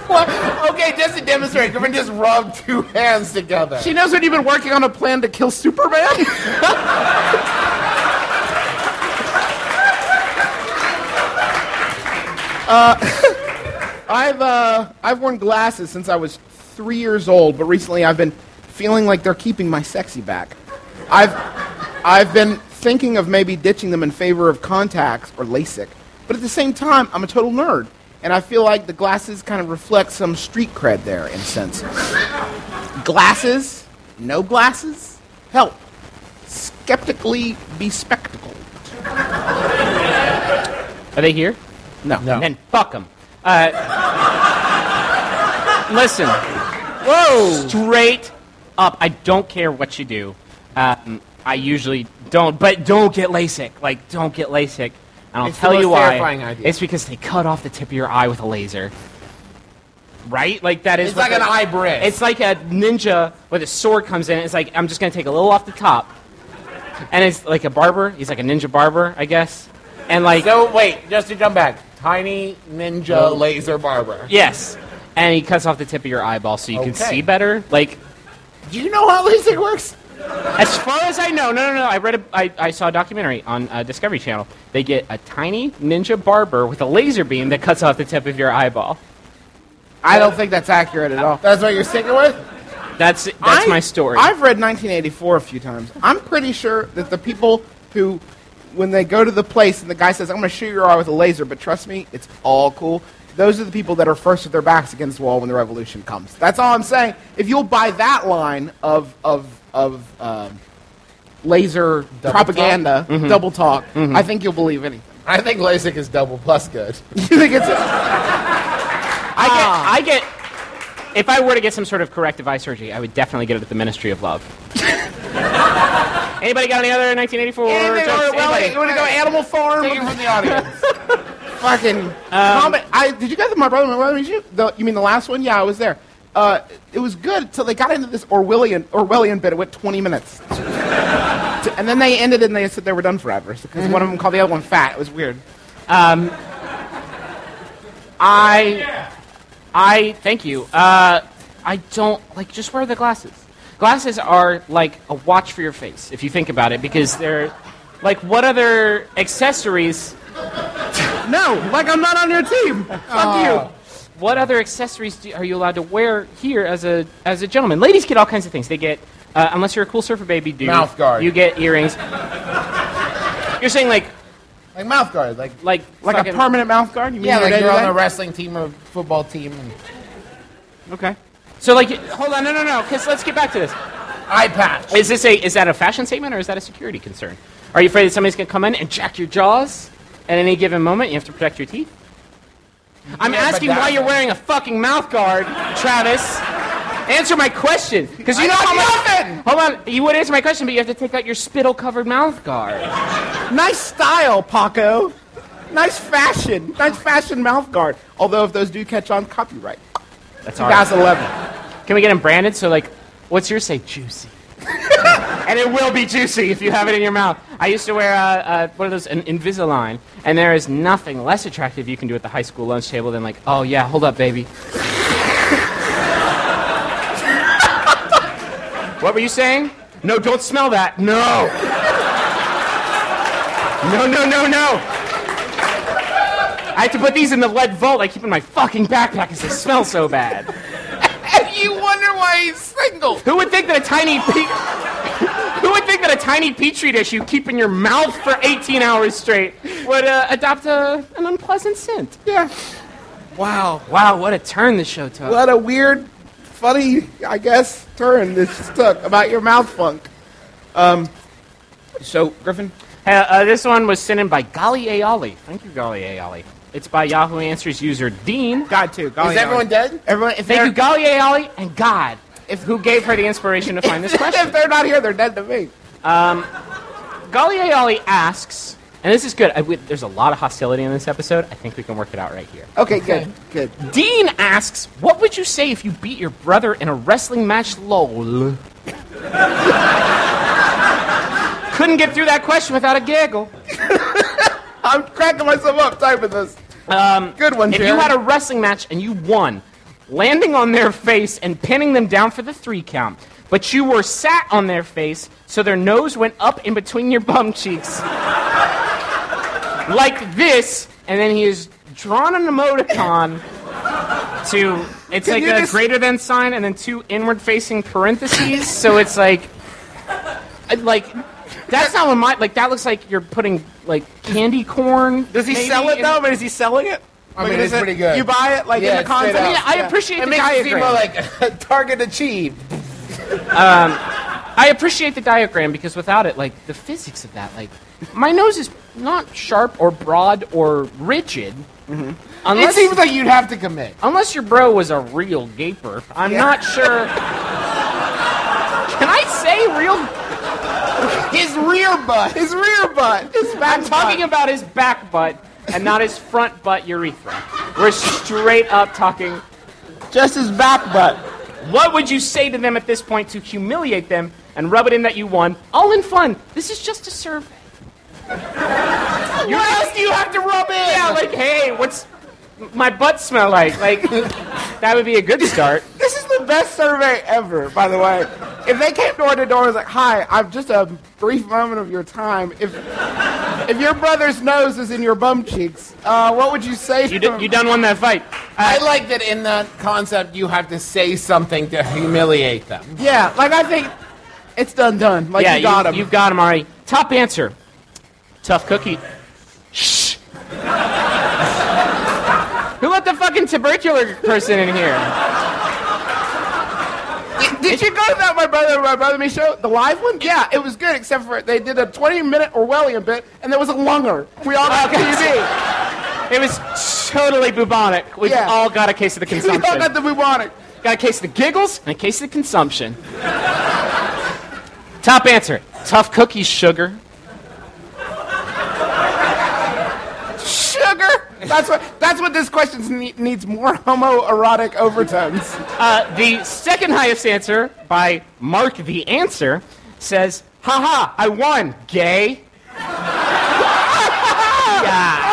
Speaker 6: What? Okay, just to demonstrate, Griffin just rubbed two hands together.
Speaker 5: She knows when you've been working on a plan to kill Superman. I've uh, I've worn glasses since I was three years old, but recently I've been feeling like they're keeping my sexy back. I've I've been thinking of maybe ditching them in favor of contacts or LASIK, but at the same time I'm a total nerd, and I feel like the glasses kind of reflect some street cred there in a sense. glasses, no glasses, help. Skeptically bespectacled.
Speaker 4: Are they here?
Speaker 5: No, no.
Speaker 4: Then fuck them. Uh, listen. Whoa. Straight up. I don't care what you do. Um, I usually don't, but don't get LASIK. Like, don't get LASIK. And I'll
Speaker 6: It's the
Speaker 4: tell
Speaker 6: most
Speaker 4: you why.
Speaker 6: terrifying idea.
Speaker 4: It's because they cut off the tip of your eye with a laser. Right? Like that is.
Speaker 6: It's
Speaker 4: what
Speaker 6: like an
Speaker 4: the-
Speaker 6: eye bridge.
Speaker 4: It's like a ninja where the sword comes in. It's like I'm just gonna take a little off the top, and it's like a barber. He's like a ninja barber, I guess. And like
Speaker 6: so oh, wait, just to jump back, tiny ninja laser barber.
Speaker 4: Yes. And he cuts off the tip of your eyeball so you can
Speaker 6: Okay.
Speaker 4: see better. Like,
Speaker 6: Do you know how LASIK works?
Speaker 4: as far as I know, no, no, no. I read, a, I, I saw a documentary on uh, Discovery Channel. They get a tiny ninja barber with a laser beam that cuts off the tip of your eyeball.
Speaker 5: I don't think that's accurate at all.
Speaker 6: That's what you're sticking with.
Speaker 4: That's that's
Speaker 5: I-
Speaker 4: my story.
Speaker 5: I've read 1984 a few times. I'm pretty sure that the people who, when they go to the place and the guy says, "I'm going to shoot your eye with a laser," but trust me, it's all cool. Those are the people that are first with their backs against the wall when the revolution comes. That's all I'm saying. If you'll buy that line of of of um, laser propaganda,
Speaker 4: Mm-hmm.
Speaker 5: double talk, I think you'll believe anything.
Speaker 6: I think LASIK is double plus good.
Speaker 5: you think it's a,
Speaker 4: I get, I get. If I were to get some sort of corrective eye surgery, I would definitely get it at the Ministry of Love. Anybody got any other 1984
Speaker 5: Anything,
Speaker 4: jokes?
Speaker 5: or- well,
Speaker 4: Anybody?
Speaker 5: you want to go Animal Farm?
Speaker 6: Take it from the audience.
Speaker 5: fucking comment. I did you guys? My brother, my brother, did you? The, you mean the last one? Yeah, I was there. Uh, it was good till they got into this Orwellian Orwellian bit. It went 20 minutes, To- and then they ended and they said they were done forever because one of them called the other one fat. It was weird.
Speaker 4: I, I thank you. Uh, I don't like just wear the glasses. Glasses are like a watch for your face, if you think about it, because they're like what other accessories?
Speaker 5: No, like I'm not on your team. Fuck you.
Speaker 4: what other accessories do, are you allowed to wear here as a as a gentleman? Ladies get all kinds of things. They get uh, unless you're a cool surfer baby dude.
Speaker 6: Mouth guard.
Speaker 4: You get earrings. you're saying like
Speaker 6: Like mouth guard, like
Speaker 4: like
Speaker 5: Like
Speaker 4: fucking-
Speaker 5: a permanent mouth guard? You mean
Speaker 6: yeah, like
Speaker 5: you're
Speaker 6: you're on
Speaker 5: dead
Speaker 6: a
Speaker 5: today?
Speaker 6: wrestling team or football team. And
Speaker 4: Okay. So like hold on no no no because let's get back to this.
Speaker 6: eye patch.
Speaker 4: Is this a is that a fashion statement or is that a security concern? Are you afraid that somebody's gonna come in and jack your jaws at any given moment? You have to protect your teeth. I'm
Speaker 6: Yeah, but
Speaker 4: asking why
Speaker 6: that-
Speaker 4: you're wearing a fucking mouth guard, Travis. Answer my question, because you
Speaker 6: I
Speaker 4: know
Speaker 6: got
Speaker 4: how
Speaker 6: nothing!
Speaker 4: much. Hold on, you would answer my question, but you have to take out your spittle-covered mouth guard.
Speaker 5: Nice style, Paco. Nice fashion. Nice fashion mouth guard. Although if those do catch on, copyright.
Speaker 4: That's all right.
Speaker 5: 2011.
Speaker 4: Can we get him branded? So like, what's yours say? Juicy. and it will be juicy if you have it in your mouth. I used to wear uh, uh, one of those an Invisalign, and there is nothing less attractive you can do at the high school lunch table than like, oh yeah, hold up, baby. what were you saying? No, don't smell that. No. No, no, no, no. I have to put these in the lead vault I keep in my fucking backpack because they smell so bad.
Speaker 6: And you wonder why he's single.
Speaker 4: Who would think that a tiny pe- Who would think that a tiny petri dish you keep in your mouth for 18 hours straight would uh, adopt a, an unpleasant scent?
Speaker 5: Yeah.
Speaker 4: Wow. Wow, what a turn this show took.
Speaker 5: What a weird, funny, I guess, turn this just took about your mouth funk. Um, so, Griffin?
Speaker 4: Uh, uh, this one was sent in by Golly Ayali. Thank you, Golly Ayali. It's by Yahoo Answers user Dean.
Speaker 5: God, too. Golly,
Speaker 6: Is everyone dead?
Speaker 5: Everyone,
Speaker 4: Thank
Speaker 5: if they're,
Speaker 4: you, Golly Ayali, and God, if, who gave her the inspiration to find this question.
Speaker 5: if they're not here, they're dead to me.
Speaker 4: Golly Ayali asks, and this is good. I, we, there's a lot of hostility in this episode. I think we can work it out right here.
Speaker 5: Okay, good, good.
Speaker 4: Dean asks, "What would you say if you beat your brother in a wrestling match?" Lol. Couldn't get through that question without a giggle.
Speaker 5: I'm cracking myself up typing this. Um, good one,
Speaker 4: If
Speaker 5: Jerry.
Speaker 4: you had a wrestling match and you won, landing on their face and pinning them down for the three count, but you were sat on their face so their nose went up in between your bum cheeks, like this, and then he is drawn an emoticon to. It's like
Speaker 5: you
Speaker 4: a
Speaker 5: just-
Speaker 4: greater than sign and then two inward facing parentheses, so it's like, I- like. That's not what my like. That looks like you're putting like candy corn.
Speaker 5: does he
Speaker 4: maybe
Speaker 5: sell it
Speaker 4: in-
Speaker 5: though? But is he selling it?
Speaker 6: I mean,
Speaker 5: is
Speaker 6: it's
Speaker 5: it-
Speaker 6: pretty good.
Speaker 5: You buy it like in
Speaker 6: Yeah,
Speaker 5: the
Speaker 6: it's straight
Speaker 5: concept.
Speaker 6: up.
Speaker 4: I mean, I appreciate
Speaker 6: It
Speaker 4: the
Speaker 6: makes it
Speaker 4: diagram.
Speaker 6: seem more like target achieved.
Speaker 4: I appreciate the diagram because without it, like the physics of that, like my nose is not sharp or broad or rigid.
Speaker 6: Mm-hmm. It
Speaker 4: Unless,
Speaker 6: seems like you'd have to commit.
Speaker 4: unless your bro was a real gaper, I'm not sure. Can I say real?
Speaker 6: His rear butt.
Speaker 5: his rear butt. His back
Speaker 4: I'm talking
Speaker 5: butt.
Speaker 4: about his back butt and not his front butt urethra. We're straight up talking.
Speaker 5: just his back butt.
Speaker 4: What would you say to them at this point to humiliate them and rub it in that you won? All in fun. This is just a survey. what else do you have to rub in? Yeah, like, hey, what's my butt smell like? Like, that would be a good start.
Speaker 5: This is the best survey ever, by the way. If they came door to door and was like, "Hi, I'm just a brief moment of your time. If if your brother's nose is in your bum cheeks, uh, what would you say?"
Speaker 4: You,
Speaker 5: to
Speaker 4: d-
Speaker 5: him?
Speaker 4: you done won that fight.
Speaker 6: I like that in that concept you have to say something to humiliate them.
Speaker 5: yeah, like I think it's done, done. Like
Speaker 4: yeah,
Speaker 5: you got
Speaker 4: you,
Speaker 5: him.
Speaker 4: you got him already. Top answer. Tough cookie. Shh. Who let the fucking tubercular person in here?
Speaker 5: Did you go to that my brother, my brother me show? The live one? Yeah, it was good except for they did a 20 minute Orwellian bit and there was a lunger. We all got
Speaker 4: Okay.
Speaker 5: TV.
Speaker 4: It was totally bubonic. We
Speaker 5: Yeah.
Speaker 4: all got a case of the
Speaker 5: We all
Speaker 4: consumption.
Speaker 5: got the bubonic.
Speaker 4: Got a case of the giggles and a case of the consumption. Top answer tough cookies, sugar.
Speaker 5: Sugar. That's what. That's what this question ne- needs more homoerotic overtones.
Speaker 4: Uh, the second highest answer by Mark the Answer says, haha, I won, gay. yeah.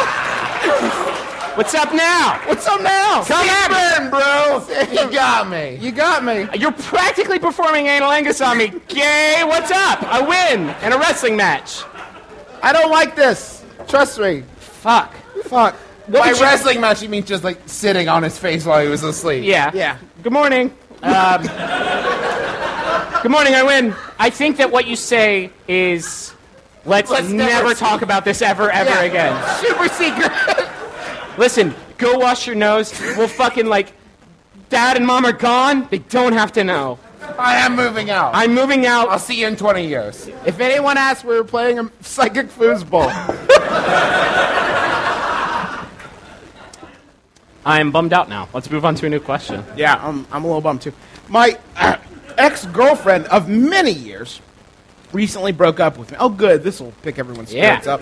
Speaker 4: What's up now?
Speaker 5: What's up now?
Speaker 4: Come at me.
Speaker 6: You got me.
Speaker 5: You got me.
Speaker 4: You're practically performing anal Angus on me. Gay, what's up? I win in a wrestling match.
Speaker 5: I don't like this. Trust me.
Speaker 4: Fuck.
Speaker 5: Fuck. what
Speaker 6: By
Speaker 5: would you-
Speaker 6: wrestling match, you mean just like sitting on his face while he was asleep.
Speaker 4: Yeah.
Speaker 5: Yeah.
Speaker 4: Good morning. Um, good morning. I win. I think that what you say is, let's,
Speaker 6: Let's
Speaker 4: never,
Speaker 6: never speak.
Speaker 4: talk about this ever, ever
Speaker 6: Yeah.
Speaker 4: again.
Speaker 6: Super secret.
Speaker 4: Listen, go wash your nose. We'll fucking like, dad and mom are gone. They don't have to know.
Speaker 6: I am moving out.
Speaker 4: I'm moving out.
Speaker 6: I'll see you in 20 years. If anyone asks, we were playing a psychic foosball.
Speaker 4: I'm bummed out now. Let's move on to a new question.
Speaker 5: Yeah, I'm, I'm a little bummed too. My uh, ex girlfriend of many years recently broke up with me. Oh, good. This will pick everyone's
Speaker 4: Yeah.
Speaker 5: spirits up.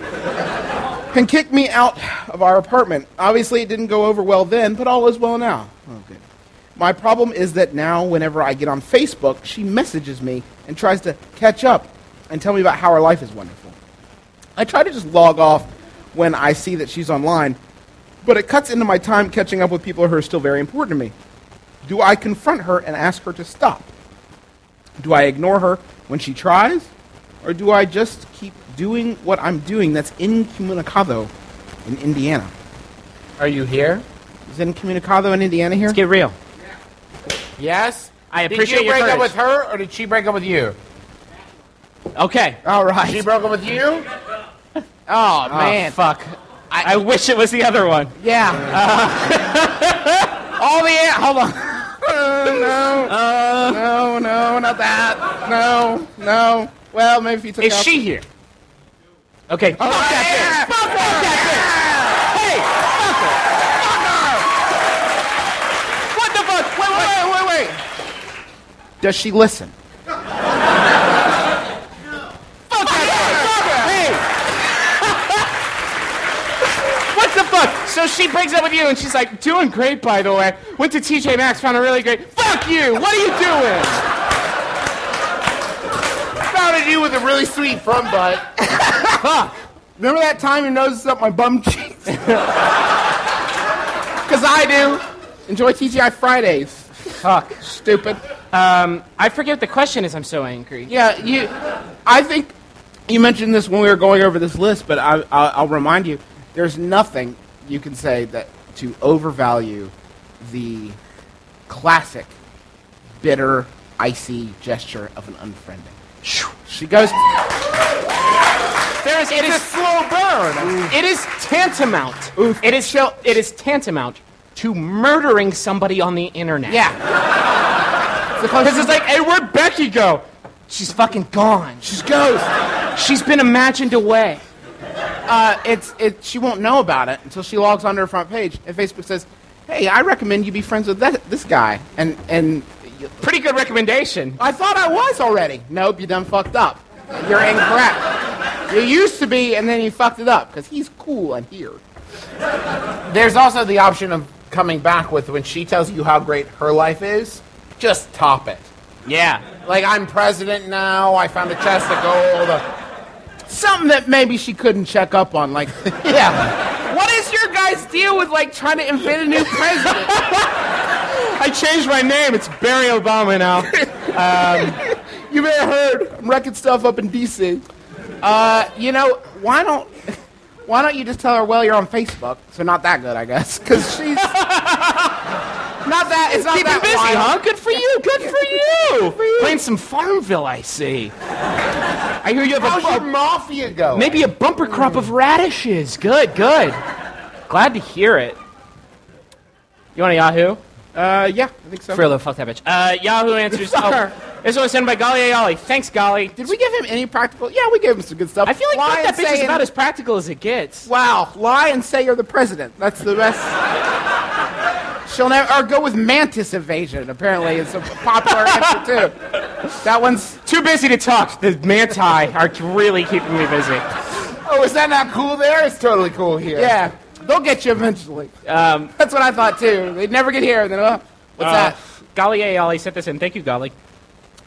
Speaker 5: And kicked me out of our apartment. Obviously, it didn't go over well then, but all is well now. Oh, good. My problem is that now, whenever I get on Facebook, she messages me and tries to catch up and tell me about how her life is wonderful. I try to just log off when I see that she's online, but it cuts into my time catching up with people who are still very important to me. Do I confront her and ask her to stop? Do I ignore her when she tries? Or do I just keep doing what I'm doing that's incommunicado in Indiana?
Speaker 6: Are you here?
Speaker 5: Is incommunicado in Indiana here?
Speaker 4: Get real.
Speaker 6: Yes.
Speaker 4: I appreciate
Speaker 6: Did you
Speaker 4: your
Speaker 6: break
Speaker 4: courage.
Speaker 6: up with her, or did she break up with you?
Speaker 4: Okay.
Speaker 5: All right.
Speaker 6: She broke up with you.
Speaker 4: Oh man. fuck. I, I wish it was the other one. Uh,
Speaker 5: yeah. all the an- hold on. no. no, no, not that. No, no. Well, maybe if you took
Speaker 4: Is
Speaker 5: out-
Speaker 4: she here? Okay. Fuck that bitch.
Speaker 5: Yeah.
Speaker 4: Fuck that bitch. Hey, fuck her. What the fuck? Wait, wait, wait, wait, wait.
Speaker 5: Does she listen?
Speaker 4: Fuck that bitch. Hey. what the fuck? So she breaks up with you and she's like, doing great, by the way. Went to TJ Maxx, found a really great. Fuck you. What are you doing?
Speaker 6: Founded you with a really sweet front butt.
Speaker 5: Remember that time your nose is up my bum cheeks? Because I do. Enjoy TGI Fridays. Fuck. Stupid.
Speaker 4: I forget what the question is. I'm so angry.
Speaker 5: Yeah, you. I think you mentioned this when we were going over this list, but I, I, I'll remind you there's nothing you can say that to overvalue the classic bitter, icy gesture of an unfriending. She goes.
Speaker 4: There is, it is slow burn. It is tantamount.
Speaker 5: Oof.
Speaker 4: It is it is tantamount to murdering somebody on the internet.
Speaker 5: Yeah.
Speaker 4: Because it's like, hey, where'd Becky go? She's fucking gone.
Speaker 5: She goes.
Speaker 4: She's been imagined away.
Speaker 5: uh, it's it. She won't know about it until she logs onto her front page, and Facebook says, "Hey, I recommend you be friends with that, this guy." And and
Speaker 4: Pretty good recommendation.
Speaker 5: I thought I was already. Nope, you done fucked up. You're incorrect. you used to be, and then you fucked it up because he's cool and here.
Speaker 6: There's also the option of coming back with when she tells you how great her life is, just top it.
Speaker 4: Yeah.
Speaker 6: Like, I'm president now, I found a chest of gold.
Speaker 5: Something that maybe she couldn't check up on, like, yeah. What is your guys' deal with like trying to invent a new president?
Speaker 4: I changed my name. It's Barry Obama now.
Speaker 5: You may have heard I'm wrecking stuff up in DC. Uh, you know, why don't why don't you just tell her? Well, you're on Facebook, so not that good, I guess, because she's not that. It's not
Speaker 4: Keep
Speaker 5: that
Speaker 4: busy,
Speaker 5: wild.
Speaker 4: huh? Good for you. Good for you. Playing some Farmville, I see. I hear you have
Speaker 6: How's
Speaker 4: a,
Speaker 6: your mafia
Speaker 5: Oh,
Speaker 6: going?
Speaker 4: Maybe a bumper crop of radishes. Good, good. Glad to hear it. You want a Yahoo?
Speaker 5: Uh, yeah, I think so.
Speaker 4: Frillo, fuck that bitch. Uh, Yahoo answers.
Speaker 5: Fuck her.
Speaker 4: Oh, this one was sent by Golly Ayali. Thanks, Golly.
Speaker 5: Did we give him any practical? Yeah, we gave him some good stuff.
Speaker 4: I feel like
Speaker 5: lie
Speaker 4: fuck that
Speaker 5: and
Speaker 4: bitch is
Speaker 5: say-
Speaker 4: about as practical as it gets.
Speaker 5: Wow, lie and say you're the president. That's the best. She'll never or go with mantis evasion. Apparently, it's a popular answer too. That one's
Speaker 4: Too busy to talk. The manti are really keeping me busy.
Speaker 6: Oh, is that not cool there? It's totally cool here.
Speaker 5: Yeah, they'll get you eventually.
Speaker 4: Um,
Speaker 5: That's what I thought too. They'd never get here. And then, uh, what's
Speaker 4: uh,
Speaker 5: that?
Speaker 4: Golly Ayali sent this in. Thank you, Golly.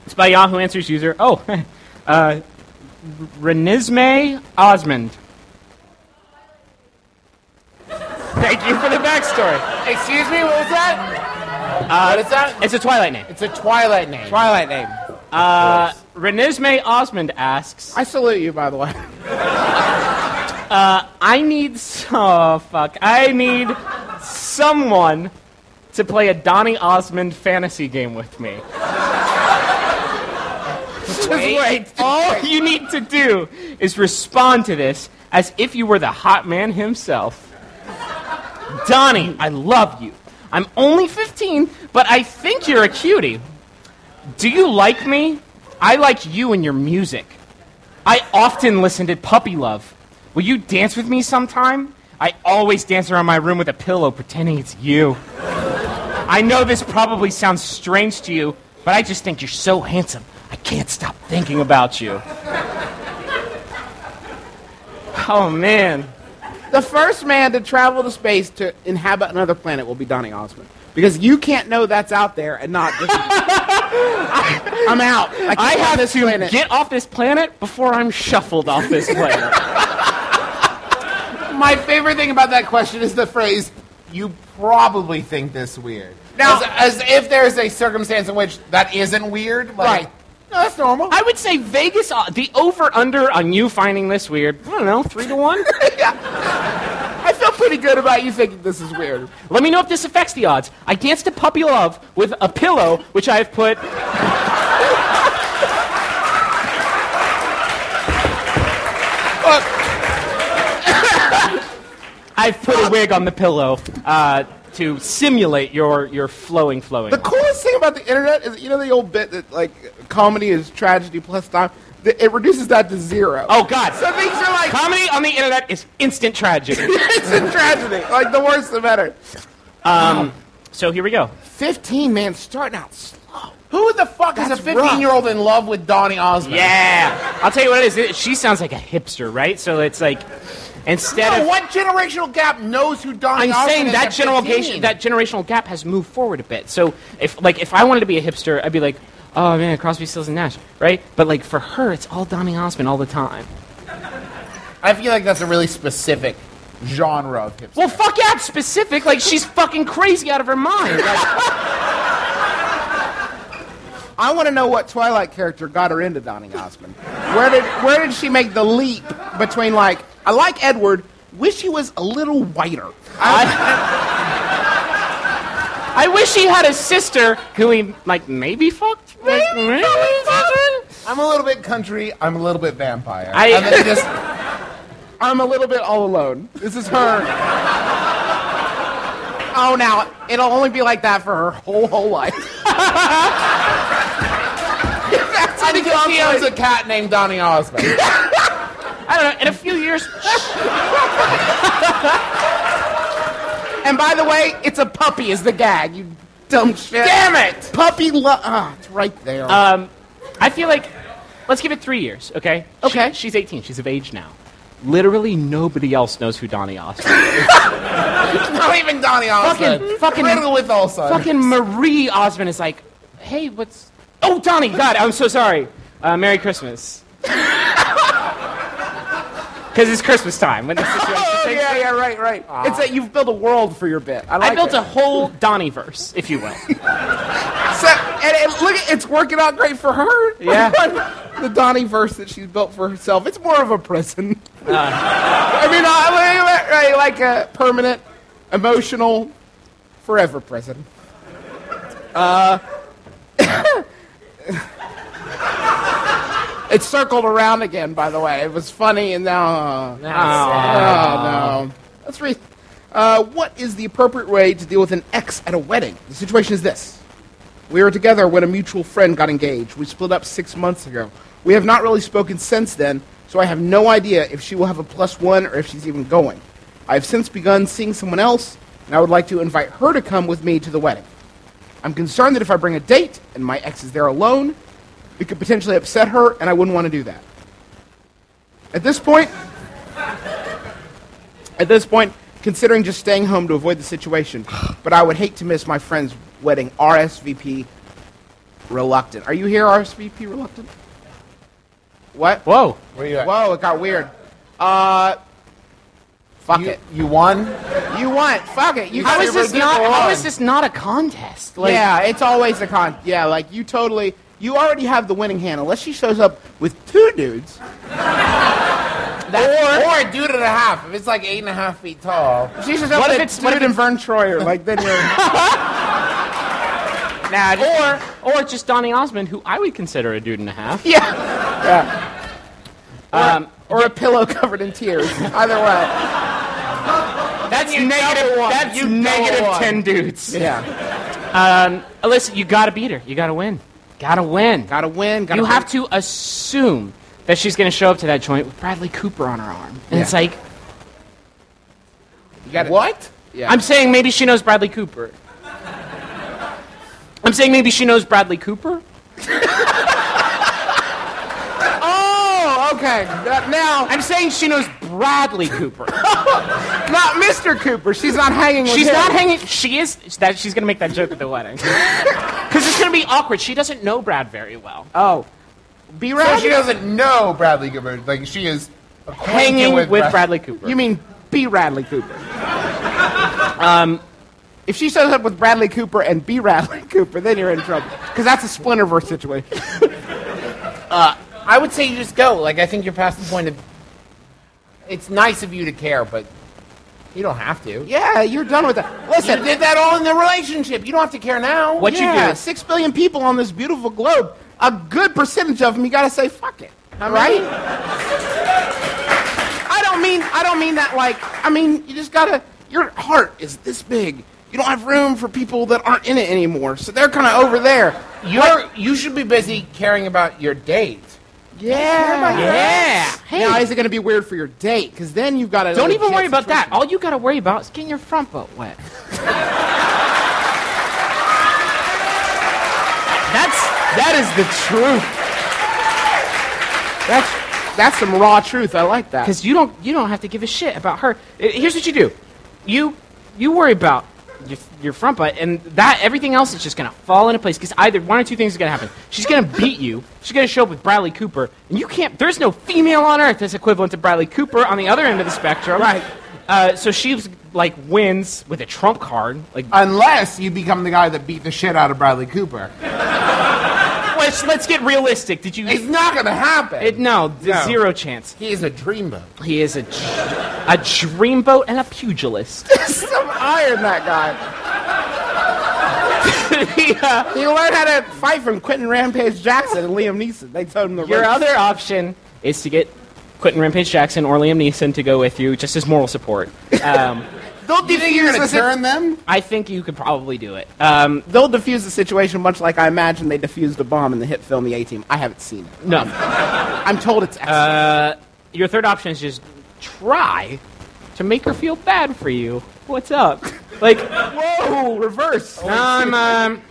Speaker 4: It's by Yahoo Answers user. Oh, uh, Renisme Osmond. Thank you for the backstory.
Speaker 6: Excuse me, what was that? Uh, what is that?
Speaker 4: It's a Twilight name.
Speaker 6: It's a Twilight name.
Speaker 5: Twilight name. Uh,
Speaker 4: Renisme Osmond asks.
Speaker 5: I salute you, by the way.
Speaker 4: I need. s- Oh, fuck. I need someone to play a Donny Osmond fantasy game with me. Just wait. All you need to do is respond to this as if you were the hot man himself. Donnie, I love you. I'm only 15, but I think you're a cutie. Do you like me? I like you and your music. I often listen to Puppy Love. Will you dance with me sometime? I always dance around my room with a pillow pretending it's you. I know this probably sounds strange to you, but I just think you're so handsome. I can't stop thinking about you. Oh man.
Speaker 5: The first man to travel to space to inhabit another planet will be Donny Osmond. Because you can't know that's out there and not. Just, I'm out. I, can't
Speaker 4: I
Speaker 5: on
Speaker 4: have
Speaker 5: this
Speaker 4: to
Speaker 5: planet.
Speaker 4: get off this planet before I'm shuffled off this planet.
Speaker 6: My favorite thing about that question is the phrase, you probably think this weird.
Speaker 5: Now-
Speaker 6: Now, as, as if there's a circumstance in which that isn't weird, like,
Speaker 4: Right.
Speaker 6: no, that's normal.
Speaker 4: I would say Vegas, uh, the over under on you finding this weird, I don't know, three to one?
Speaker 5: I feel pretty good about you thinking this is weird.
Speaker 4: Let me know if this affects the odds. I danced to Puppy Love with a pillow, which I have put. I've put a wig on the pillow uh, to simulate your, your flowing, flowing.
Speaker 5: The coolest thing about the internet is, you know, the old bit that like comedy is tragedy plus time. That it reduces that to zero.
Speaker 4: oh, God.
Speaker 5: so things are like
Speaker 4: Comedy on the internet is instant tragedy.
Speaker 5: it's a tragedy. Like the worse the better.
Speaker 4: so here we go.
Speaker 5: Fifteen man starting out slow.
Speaker 6: Who the fuck is
Speaker 5: That's
Speaker 6: a 15 year old in love with Donny Osmond?
Speaker 4: Yeah. I'll tell you what it is. It- she sounds like a hipster, right? So it's like, instead
Speaker 6: No,
Speaker 4: of.
Speaker 6: what generational gap knows who Donny
Speaker 4: I'm
Speaker 6: Osmond
Speaker 4: saying
Speaker 6: is
Speaker 4: that
Speaker 6: at
Speaker 4: general gap,
Speaker 6: 15?
Speaker 4: that generational gap has moved forward a bit. So if like if I wanted to be a hipster, I'd be like, oh man, Crosby, Stills and Nash, right? But like for her, it's all Donny Osmond all the time.
Speaker 6: I feel like that's a really specific genre of hipster.
Speaker 4: Well, fuck yeah, it's specific. Like she's fucking crazy out of her mind. Like,
Speaker 5: I want to know what Twilight character got her into Donny Osmond. Where did where did she make the leap between like I like Edward, wish he was a little whiter.
Speaker 4: I wish he had a sister who he like maybe fucked. Like, maybe fucked.
Speaker 6: I'm a little bit country. I'm a little bit vampire.
Speaker 4: I-
Speaker 6: and then just
Speaker 5: I'm a little bit all alone. This is her. oh, now it'll only be like that for her whole whole life. That's
Speaker 6: I think she owns a cat named Donny Osmond.
Speaker 4: I don't know. In a few years,
Speaker 5: And by the way, it's a puppy is the gag. You dumb shit. Damn it! Puppy love. Ah, it's right there.
Speaker 6: Uh,
Speaker 4: I feel like let's give it three years, okay?
Speaker 5: Okay.
Speaker 4: She- she's 18. She's of age now. Literally nobody else knows who Donny Osmond. is.
Speaker 6: Not even Donny Osmond.
Speaker 4: fucking-
Speaker 6: Riddle with also.
Speaker 4: Fucking Marie Osmond is like, hey, what's? Oh, Donny, God, I'm so sorry. Uh, Merry Christmas. Because it's Christmas time. When this situation
Speaker 5: oh
Speaker 4: takes
Speaker 5: yeah,
Speaker 4: place.
Speaker 5: yeah, right, right. It's that you've built a world for your bit. I, like
Speaker 4: I built
Speaker 5: it.
Speaker 4: a whole Donny verse, if you will.
Speaker 5: So, and it, look, it's working out great for her.
Speaker 4: Yeah.
Speaker 5: the Donnie verse that she's built for herself. It's more of a prison. I mean, I, I- I- like a permanent, emotional, forever prison. Uh. It circled around again, by the way. It was funny, and now. uh, Oh, no. Let's read. Uh, what is the appropriate way to deal with an ex at a wedding? The situation is this. We were together when a mutual friend got engaged. We split up six months ago. We have not really spoken since then, so I have no idea if she will have a plus one or if she's even going. I have since begun seeing someone else, and I would like to invite her to come with me to the wedding. I'm concerned that if I bring a date and my ex is there alone, it could potentially upset her, and I wouldn't want to do that. At this point, at this point, considering just staying home to avoid the situation, but I would hate to miss my friend's wedding. RSVP reluctant. Are you here, RSVP reluctant? What?
Speaker 4: Whoa.
Speaker 6: Where you at?
Speaker 5: Whoa, it got weird. Uh, fuck
Speaker 6: You,
Speaker 5: it.
Speaker 6: you won?
Speaker 5: You want? Fuck it. You.
Speaker 4: How
Speaker 5: got
Speaker 4: is
Speaker 5: it
Speaker 4: this
Speaker 5: revealed.
Speaker 4: not? How is this not a contest? Like,
Speaker 5: yeah, it's always a con. Yeah, like you totally. You already have the winning hand unless she shows up with two dudes. That's-
Speaker 6: or a dude and a half. If it's like eight and a half feet tall.
Speaker 5: Jesus,
Speaker 4: What
Speaker 5: what
Speaker 4: if
Speaker 5: if
Speaker 4: it's- what if
Speaker 5: and Vern Troyer? Like then you're.
Speaker 4: Nah, just, or or just Donny Osmond, who I would consider a dude and a half.
Speaker 5: yeah.
Speaker 4: Um,
Speaker 5: Or a pillow covered in tears. Either way.
Speaker 4: that's negative.
Speaker 5: double one.
Speaker 4: That's
Speaker 5: You
Speaker 4: negative
Speaker 5: double one.
Speaker 4: ten dudes. Um,
Speaker 5: Yeah.
Speaker 4: Alyssa, you gotta beat her. You gotta win. Gotta win.
Speaker 5: Gotta win. Gotta
Speaker 4: you
Speaker 5: win.
Speaker 4: have to assume that she's gonna show up to that joint with Bradley Cooper on her arm, and it's like
Speaker 5: You gotta-
Speaker 6: What?
Speaker 4: I'm saying maybe she knows Bradley Cooper. I'm saying maybe she knows Bradley Cooper.
Speaker 5: Oh, okay. That- Now,
Speaker 4: I'm saying she knows Bradley Cooper.
Speaker 5: not Mr. Cooper. She's not hanging with
Speaker 4: She's
Speaker 5: him.
Speaker 4: not hanging. She is. That she's gonna make that joke at the wedding. Because it's gonna be awkward. She doesn't know Brad very well.
Speaker 5: Oh. B
Speaker 6: So
Speaker 5: Rad?
Speaker 6: she doesn't know Bradley Cooper. Like she is acquainted
Speaker 4: Hanging with,
Speaker 6: Brad-
Speaker 4: Bradley Cooper.
Speaker 5: You mean B. Radley Cooper? um, if she shows up with Bradley Cooper and B. Radley Cooper, then you're in trouble because that's a Splinterverse situation.
Speaker 6: I would say you just go. Like I think you're past the point of. It's nice of you to care, but you don't have to.
Speaker 5: Yeah, you're done with that.
Speaker 6: You
Speaker 5: Listen,
Speaker 6: did that all in the relationship. Oh, You don't have to care now.
Speaker 4: What you
Speaker 5: yeah,
Speaker 4: do-
Speaker 5: Six billion people on this beautiful globe. A good percentage of them, you gotta say fuck it, All right. I don't mean I don't mean that like I mean you just gotta your heart is this big. You don't have room for people that aren't in it anymore, so they're kind of over there.
Speaker 6: You're you should be busy caring about your date.
Speaker 5: Yeah.
Speaker 4: Yeah. Hey.
Speaker 5: Now, is it going to be weird for your date? Because then you've got to.
Speaker 4: don't even worry about that. All you gotta worry about is getting your front butt wet. That's
Speaker 5: That is the truth. That's that's some raw truth. I like that.
Speaker 4: because you don't you don't have to give a shit about her. I- Here's what you do: you you worry about your, your front butt, and that everything else is just gonna fall into place. Because either one or two things is gonna happen: she's gonna beat you, she's gonna show up with Bradley Cooper, and you can't. There's no female on earth that's equivalent to Bradley Cooper on the other end of the spectrum.
Speaker 5: Right.
Speaker 4: Uh, so she's like wins with a trump card, like
Speaker 6: Unless you become the guy that beat the shit out of Bradley Cooper.
Speaker 4: let's, let's get realistic. Did you?
Speaker 6: It's not gonna happen.
Speaker 4: it, no, the
Speaker 6: No.
Speaker 4: zero chance.
Speaker 6: he is a dreamboat.
Speaker 4: He is a dr- a dreamboat and a pugilist.
Speaker 5: some iron that guy.
Speaker 4: He, uh,
Speaker 5: He learned how to fight from Quentin Rampage Jackson and Liam Neeson. They told him the
Speaker 4: Your
Speaker 5: ropes.
Speaker 4: other option is to get Quentin Rampage Jackson or Liam Neeson to go with you just as moral support. Um,
Speaker 5: They'll
Speaker 6: You think you're
Speaker 5: defuse
Speaker 6: gonna
Speaker 5: the si-
Speaker 6: turn them?
Speaker 4: I think you could probably do it. Um,
Speaker 5: They'll defuse the situation much like I imagine they defused a bomb in the hit film The A Team. I haven't seen it.
Speaker 4: no. Uh,
Speaker 5: I'm told it's excellent.
Speaker 4: Your third option is just try to make her feel bad for you. What's up? Like,
Speaker 6: Oh,
Speaker 5: Whoa, reverse.
Speaker 4: I'm um,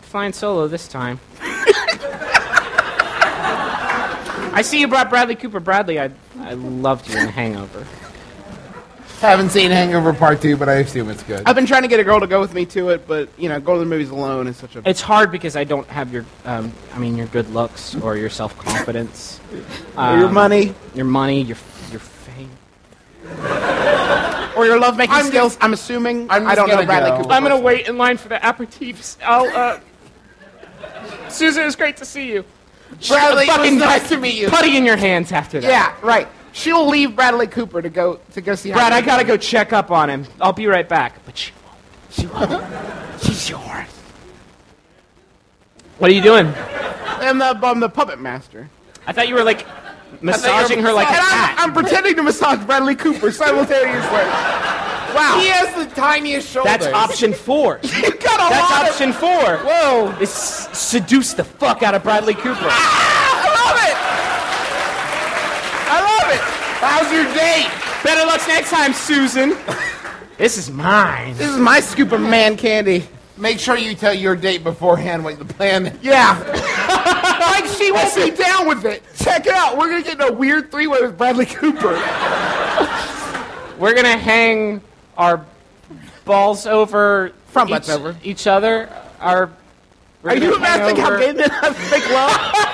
Speaker 4: flying solo this time. I see you brought Bradley Cooper. Bradley, I, I loved you in Hangover.
Speaker 6: Haven't seen Hangover Part Two, but I assume it's good.
Speaker 5: I've been trying to get a girl to go with me to it, but you know, going to the movies alone is such a
Speaker 4: It's hard because I don't have your, um, I mean, your good looks or your self confidence.
Speaker 5: your money
Speaker 4: your money, your your fame.
Speaker 5: or your lovemaking
Speaker 6: I'm
Speaker 5: skills. I'm assuming.
Speaker 6: I'm
Speaker 5: I
Speaker 6: just
Speaker 5: don't know
Speaker 6: gonna
Speaker 5: Bradley
Speaker 6: go.
Speaker 5: Cooper.
Speaker 4: I'm gonna wait in line for the aperitifs. I'll. uh... Susan, it's great to see you.
Speaker 5: Bradley, it was
Speaker 4: nice to meet you. Putty in your hands after that.
Speaker 5: Yeah, right. She'll leave Bradley Cooper to go to go see.
Speaker 4: Brad, I gotta go check up on him. I'll be right back. But she won't.
Speaker 5: She's yours.
Speaker 4: What are you doing?
Speaker 5: I'm the I'm the puppet master.
Speaker 4: I thought you were like massaging her like a
Speaker 5: and I'm,
Speaker 4: cat.
Speaker 5: I'm pretending to massage Bradley Cooper simultaneously. wow.
Speaker 6: he has the tiniest shoulders.
Speaker 4: That's option four.
Speaker 5: you got a lot
Speaker 4: That's option
Speaker 5: of-
Speaker 4: four.
Speaker 5: Whoa.
Speaker 4: Is s- seduce the fuck out of Bradley Cooper.
Speaker 5: I love it. I love it. How's your date?
Speaker 4: Better luck next time, Susan. this is mine.
Speaker 5: This is my scoop of man candy.
Speaker 6: Make sure you tell your date beforehand what the plan is.
Speaker 5: Yeah. like she won't be down with it. Check it out. We're gonna get in a weird three-way with Bradley Cooper.
Speaker 4: We're gonna hang our balls over
Speaker 5: Front
Speaker 4: each,
Speaker 5: butts over.
Speaker 4: each other. Our
Speaker 5: Are you imagining how gay men have fake love?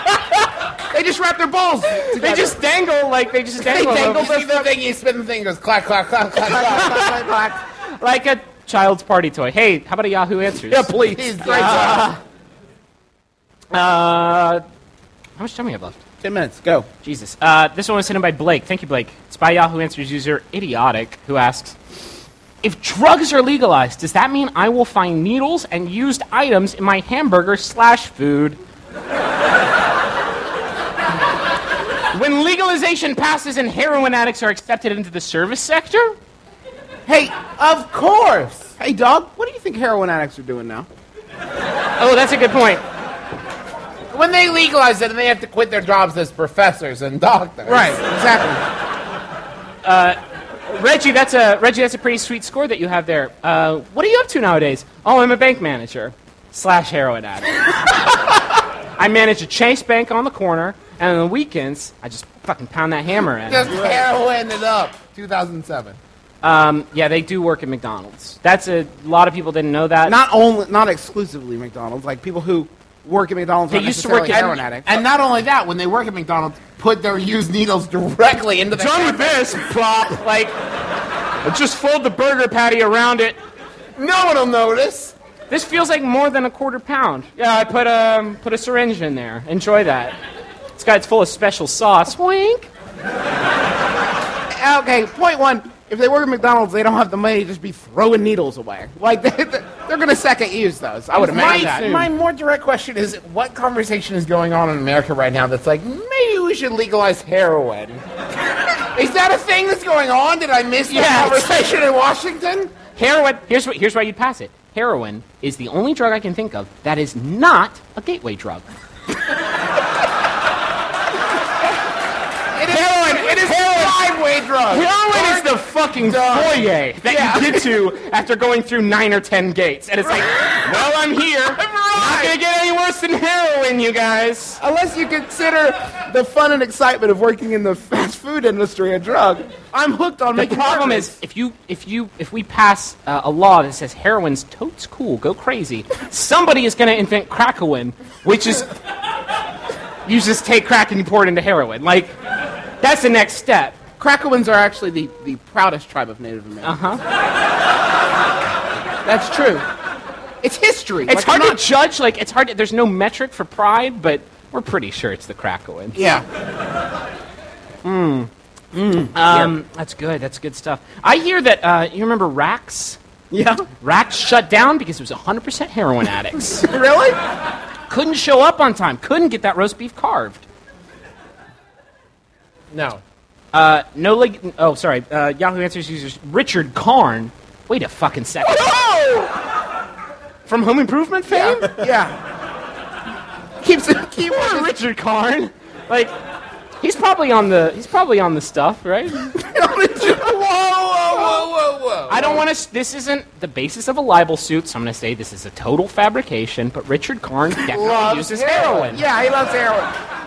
Speaker 5: they just wrap their balls.
Speaker 4: They just dangle like they just dangle,
Speaker 5: dangle
Speaker 4: over-
Speaker 6: You see the thing, you spin the thing, it goes clack, clack, clack, clack, clack.
Speaker 4: like a child's party toy. Hey, how about a Yahoo Answers?
Speaker 5: yeah, please.
Speaker 6: He's great.
Speaker 4: Uh, how much time we have left?
Speaker 5: Ten minutes. Go.
Speaker 4: Jesus. Uh, this one was sent in by Blake. Thank you, Blake. It's by Yahoo Answers user Idiotic, who asks If drugs are legalized, does that mean I will find needles and used items in my hamburger slash food? when legalization passes and heroin addicts are accepted into the service sector?
Speaker 5: Hey, of course. Hey, dog. What do you think heroin addicts are doing now?
Speaker 4: Oh, that's a good point.
Speaker 6: When they legalize it and they have to quit their jobs as professors and doctors.
Speaker 5: Exactly.
Speaker 4: Reggie, that's a Reggie. That's a pretty sweet score that you have there. Uh, what are you up to nowadays? Oh, I'm a bank manager slash heroin addict. I manage a Chase Bank on the corner, and on the weekends I just fucking pound that hammer in.
Speaker 6: Just heroin it up. 2007.
Speaker 4: Um, yeah, they do work at McDonald's. That's a lot of people didn't know that.
Speaker 5: Not only, not exclusively McDonald's. Like people who work at McDonald's
Speaker 4: They
Speaker 5: aren't
Speaker 4: used to work at-
Speaker 5: necessarily heroin addicts.
Speaker 6: And not only that, when they work at McDonald's, put their used needles directly into the.
Speaker 1: Done with this, plop.
Speaker 4: like, just fold the burger patty around it.
Speaker 6: No one will notice.
Speaker 4: This feels like more than a quarter pound. Yeah, I put um put a syringe in there. Enjoy that. It's got it's full of special sauce. Wink.
Speaker 5: okay, point one. If they work at McDonald's, they don't have the money to just be throwing needles away. Like they, they're gonna second use those. I would
Speaker 6: My,
Speaker 5: imagine. that.
Speaker 6: my more direct question is what conversation is going on in America right now that's like, maybe we should legalize heroin? is that a thing that's going on? Did I miss that
Speaker 4: Yeah.
Speaker 6: conversation in Washington?
Speaker 4: Heroin. Here's what. Here's why you'd pass it. Heroin is the only drug I can think of that is not a gateway drug.
Speaker 6: It is heroin. It is driveway drug.
Speaker 4: Heroin is the fucking foyer that you get to after going through nine or ten gates, and it's like, well, I'm here. Not gonna get any worse than heroin, you guys.
Speaker 5: Unless you consider the fun and excitement of working in the fast food industry a drug, I'm hooked on
Speaker 4: The
Speaker 5: making.
Speaker 4: problem
Speaker 5: burgers.
Speaker 4: is if you if you if we pass uh, a law that says heroin's totes cool, go crazy. Somebody is gonna invent crackowin, which is you just take crack and you pour it into heroin. Like that's the next step.
Speaker 5: Krakowans are actually the, the proudest tribe of Native Americans.
Speaker 4: Uh-huh.
Speaker 5: That's true. It's history.
Speaker 4: It's
Speaker 5: Like,
Speaker 4: hard
Speaker 5: I'm not-
Speaker 4: to judge. Like it's hard. To, there's no metric for pride, but we're pretty sure it's the crackowin.
Speaker 5: yeah.
Speaker 4: Um, that's good. That's good stuff. I hear that uh, you remember Rax.
Speaker 5: Yeah.
Speaker 4: Rax shut down because it was 100% heroin addicts.
Speaker 5: Really?
Speaker 4: couldn't show up on time. Couldn't get that roast beef carved.
Speaker 6: No.
Speaker 4: No leg. Oh, sorry. Uh, Yahoo Answers users Richard Karn. Wait a fucking second. From Home Improvement fame.
Speaker 5: Yeah. Keeps keep
Speaker 4: Poor Richard Karn. Like, he's probably on the he's probably on the stuff, right?
Speaker 6: Whoa, whoa, whoa.
Speaker 4: I don't want to. This isn't the basis of a libel suit, so I'm going to say this is a total fabrication. But Richard Karn definitely uses heroin.
Speaker 5: Yeah, he loves heroin.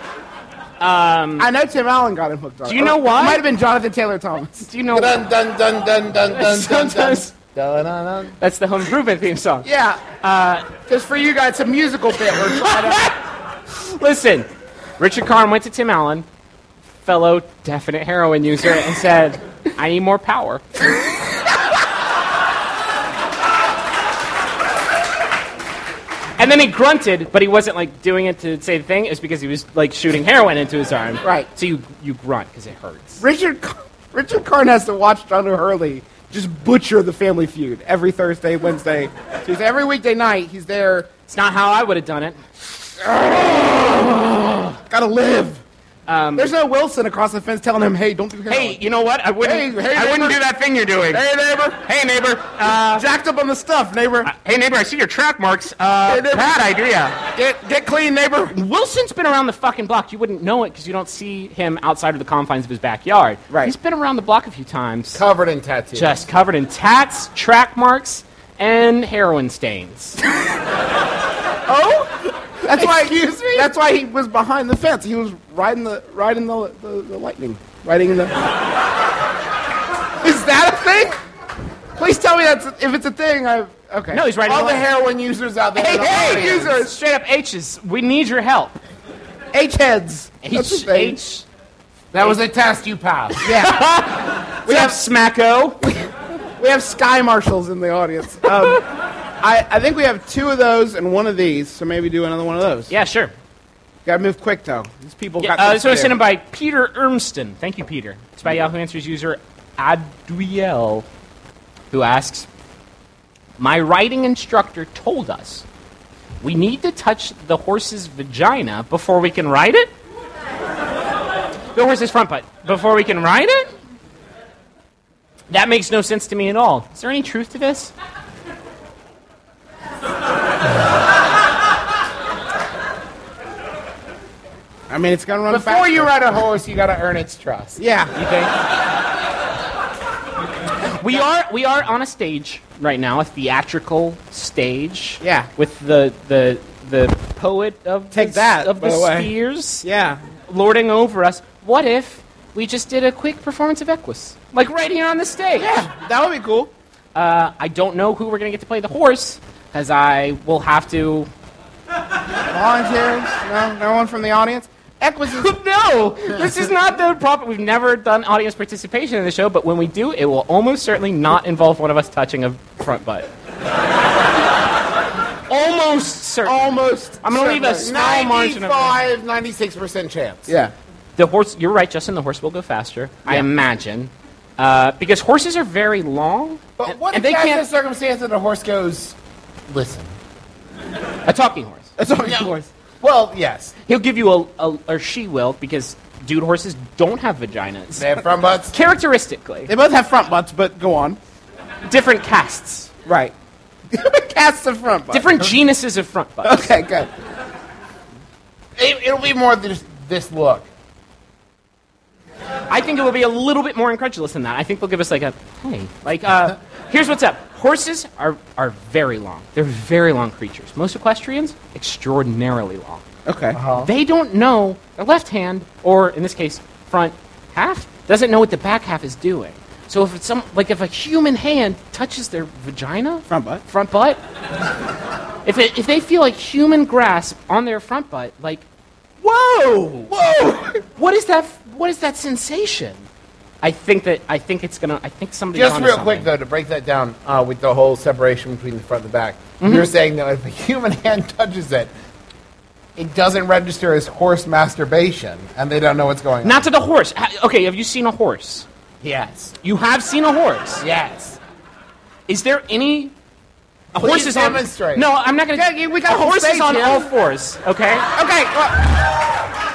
Speaker 5: Um, I know Tim Allen got him hooked on. Oh,
Speaker 4: Do you know why?
Speaker 5: It might have been Jonathan Taylor Thomas.
Speaker 4: Do you know
Speaker 6: Dun dun dun dun dun dun dun dun.
Speaker 4: Sometimes-
Speaker 6: Dun, dun, dun.
Speaker 4: that's the Home Improvement theme song?
Speaker 5: Yeah. Uh, just for you guys, it's a musical bit. We're trying to,
Speaker 4: Listen, Richard Karn went to Tim Allen, fellow definite heroin user, and said, "I need more power." And then he grunted, but he wasn't like doing it to say the thing. It was because he was like shooting heroin into his arm.
Speaker 5: Right.
Speaker 4: So you you grunt because it hurts.
Speaker 5: Richard Car- Richard Karn has to watch John O'Hurley just butcher the Family Feud every Thursday, Wednesday, Tuesday, every weekday night. He's there.
Speaker 4: It's not how I would have done it.
Speaker 5: Gotta live. There's no Wilson across the fence telling him, Um, "Hey, don't do heroin."
Speaker 4: Hey, you know what? I wouldn't.
Speaker 5: Hey, hey,
Speaker 4: I wouldn't
Speaker 5: neighbor.
Speaker 4: do that thing you're doing.
Speaker 5: Hey, neighbor.
Speaker 4: Hey, neighbor. Uh,
Speaker 5: Jacked up on the stuff, neighbor.
Speaker 4: hey, neighbor. I see your track marks. Uh,
Speaker 5: Hey, neighbor.
Speaker 4: bad idea.
Speaker 5: Get get clean, neighbor.
Speaker 4: Wilson's been around the fucking block. You wouldn't know it because you don't see him outside of the confines of his backyard.
Speaker 5: Right.
Speaker 4: He's been around the block a few times,
Speaker 6: Covered in tattoos.
Speaker 4: just covered in tats, track marks, and heroin stains.
Speaker 5: That's why. Excuse me. That's why he was behind the fence. He was riding the riding the the, the lightning, riding the. Is that a thing? Please tell me that's if it's a thing. I okay.
Speaker 4: no, he's right.
Speaker 6: All the heroin users out there.
Speaker 5: Hey,
Speaker 6: in the
Speaker 5: hey,
Speaker 6: audience.
Speaker 5: users.
Speaker 4: Straight up H's. We need your help.
Speaker 5: H heads. That's a
Speaker 4: H
Speaker 5: thing.
Speaker 4: H.
Speaker 6: That was a test you passed.
Speaker 4: We have Smacko.
Speaker 5: We have sky marshals in the audience. Um, I I think we have two of those and one of these. So maybe do another one of those.
Speaker 4: Yeah, sure.
Speaker 5: Gotta move quick though. These people
Speaker 4: Yeah,
Speaker 5: got.
Speaker 4: uh,
Speaker 5: things
Speaker 4: so
Speaker 5: to
Speaker 4: it's
Speaker 5: do.
Speaker 4: sent in by Peter Ermston. Thank you, Peter. It's by Yahoo Answers user Adwiel, who asks, My riding instructor told us we need to touch the horse's vagina before we can ride it? the horse's front butt. Before we can ride it? That makes no sense to me at all. Is there any truth to this?
Speaker 5: I mean, it's gonna run
Speaker 6: Before
Speaker 5: faster.
Speaker 6: you ride a horse, you gotta earn its trust.
Speaker 5: Yeah.
Speaker 4: You think? we are we are on a stage right now, a theatrical stage.
Speaker 5: Yeah.
Speaker 4: With the the the poet of
Speaker 5: Take
Speaker 4: the,
Speaker 5: that,
Speaker 4: of
Speaker 5: by
Speaker 4: the
Speaker 5: the way.
Speaker 4: spheres
Speaker 5: Yeah.
Speaker 4: lording over us. What if we just did a quick performance of Equus, like right here on the stage?
Speaker 5: Yeah. That would be cool.
Speaker 4: Uh, I don't know who we're gonna get to play the horse, because I will have to.
Speaker 5: Volunteers? No, no one from the audience. Equus is
Speaker 4: no, this is not the proper. We've never done audience participation in the show, but when we do, it will almost certainly not involve one of us touching a front butt. almost certain.
Speaker 5: almost.
Speaker 4: I'm gonna leave a small margin of.
Speaker 6: 95, 96% chance.
Speaker 5: Yeah.
Speaker 4: The horse. You're right, Justin. The horse will go faster. I imagine, uh, because horses are very long.
Speaker 6: But
Speaker 4: and-
Speaker 6: what
Speaker 4: and
Speaker 6: if
Speaker 4: they
Speaker 6: that's
Speaker 4: can't.
Speaker 6: the circumstance that a horse goes, listen?
Speaker 4: A talking horse.
Speaker 5: That's all yours.
Speaker 6: Well, yes.
Speaker 4: He'll give you a, a, or she will, because dude horses don't have vaginas.
Speaker 6: They have front butts.
Speaker 4: Characteristically,
Speaker 5: They both have front butts, but go on.
Speaker 4: different casts,
Speaker 5: Right. Cast the front butt.
Speaker 4: different genuses of front butts.
Speaker 5: Okay, good.
Speaker 6: It, it'll be more this, this look.
Speaker 4: I think it will be a little bit more incredulous than that. I think they'll give us like a hey, like uh, here's what's up. Horses are are very long. They're very long creatures. Most equestrians extraordinarily long.
Speaker 5: Okay.
Speaker 4: They don't know their left hand or in this case front half doesn't know what the back half is doing. So if it's some like if a human hand touches their vagina,
Speaker 5: Front butt.
Speaker 4: front butt, if it, if they feel like human grasp on their front butt, like
Speaker 5: Whoa! Whoa!
Speaker 4: what is that? What is that sensation? I think that I think it's gonna. I think somebody.
Speaker 6: Just real quick, though, to break that down uh, with the whole separation between the front and the back, you're saying that if a human hand touches it, it doesn't register as horse masturbation, and they don't know what's going
Speaker 4: Not to the horse. Ha- Okay, have you seen a horse?
Speaker 6: on. Yes.
Speaker 4: You have seen a horse.
Speaker 6: Yes.
Speaker 4: Is there any? A horse
Speaker 6: Please
Speaker 4: is on.
Speaker 6: demonstrate.
Speaker 4: No, I'm not gonna.
Speaker 5: Yeah, yeah, we got
Speaker 4: a horse
Speaker 5: some
Speaker 4: is on
Speaker 5: space, yeah.
Speaker 4: all fours. Okay.
Speaker 5: Okay, well,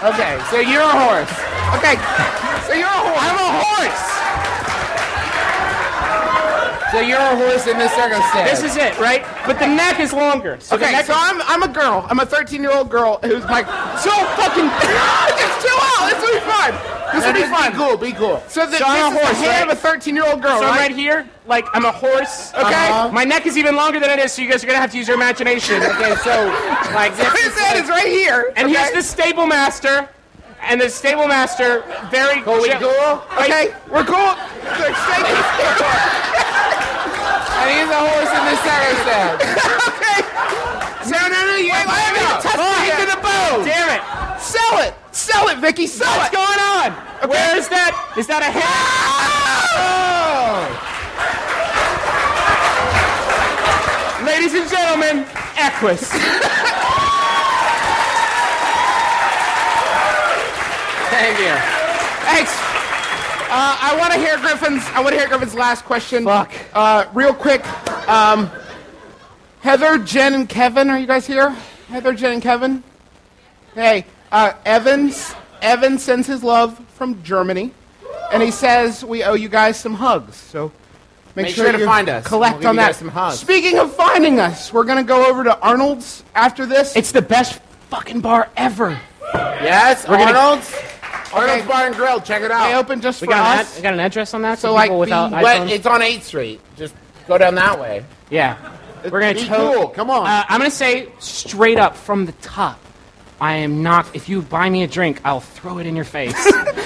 Speaker 6: Okay, so you're a horse.
Speaker 5: okay. So you're a horse. I'm a horse.
Speaker 6: So you're a horse in this circumstance.
Speaker 4: This is it, right? But the neck is longer. So the
Speaker 5: Okay,
Speaker 4: neck
Speaker 5: so I'm, I'm a girl. I'm a 13 year old girl who's like, so fucking. Just chill out. This will be fun. This will be fun.
Speaker 6: Be cool, be cool.
Speaker 5: So, the,
Speaker 4: So I'm
Speaker 5: this
Speaker 4: a
Speaker 5: is
Speaker 4: horse,
Speaker 5: the hand
Speaker 4: right?
Speaker 5: of a 13 year old girl,
Speaker 4: So I'm
Speaker 5: right?
Speaker 4: right here, like I'm a horse. Okay.
Speaker 5: Uh-huh.
Speaker 4: My neck is even longer than it is, so you guys are gonna have to use your imagination. Okay. So like this
Speaker 5: His
Speaker 4: is
Speaker 5: head
Speaker 4: like-
Speaker 5: is right here.
Speaker 4: And
Speaker 5: okay?
Speaker 4: here's the stable master. And the stable master, very
Speaker 6: we
Speaker 4: gen-
Speaker 6: cool?
Speaker 5: Okay, we're cool. They're shaking his head.
Speaker 6: And he's a horse in this circumstance.
Speaker 5: No, no, no, you ain't
Speaker 6: wait,
Speaker 5: having
Speaker 6: no.
Speaker 5: it. Test me
Speaker 4: Alright.
Speaker 5: to the bone.
Speaker 4: Damn it!
Speaker 5: Sell it. Sell it, Vicky. Sell
Speaker 4: What's
Speaker 5: it.
Speaker 4: going on? Where is that? Is that a head?
Speaker 5: Ah!
Speaker 4: Ladies and gentlemen, Equus.
Speaker 6: Thank you.
Speaker 5: Thanks. Uh, I want to hear Griffin's. I want to hear Griffin's last question.
Speaker 4: Fuck.
Speaker 5: Uh, real quick. Um, Heather, Jen, and Kevin, are you guys here? Heather, Jen, and Kevin. Hey, uh, Evans. Evan sends his love from Germany, and he says we owe you guys some hugs. So make,
Speaker 6: Make sure to
Speaker 5: you
Speaker 6: find us.
Speaker 5: Collect
Speaker 6: We'll give
Speaker 5: on
Speaker 6: you
Speaker 5: that.
Speaker 6: guys some hugs.
Speaker 5: Speaking of finding us, we're gonna go over to Arnold's after this.
Speaker 4: It's the best fucking bar ever.
Speaker 6: Yes,
Speaker 4: We're gonna-
Speaker 6: Arnold's. Arnold's Bar and Grill. Check it out.
Speaker 5: they open just
Speaker 4: We
Speaker 5: for
Speaker 4: got, an
Speaker 5: us.
Speaker 4: ad- we got an address on that.
Speaker 5: So,
Speaker 4: for
Speaker 5: like,
Speaker 4: people without
Speaker 5: be
Speaker 6: But
Speaker 4: iPhones?
Speaker 6: it's on 8th Street. Just go down that way.
Speaker 4: yeah. We're gonna
Speaker 6: Be
Speaker 4: to-
Speaker 6: cool. Come on.
Speaker 4: Uh, I'm gonna say straight up from the top. I am not. If you buy me a drink, I'll throw it in your face.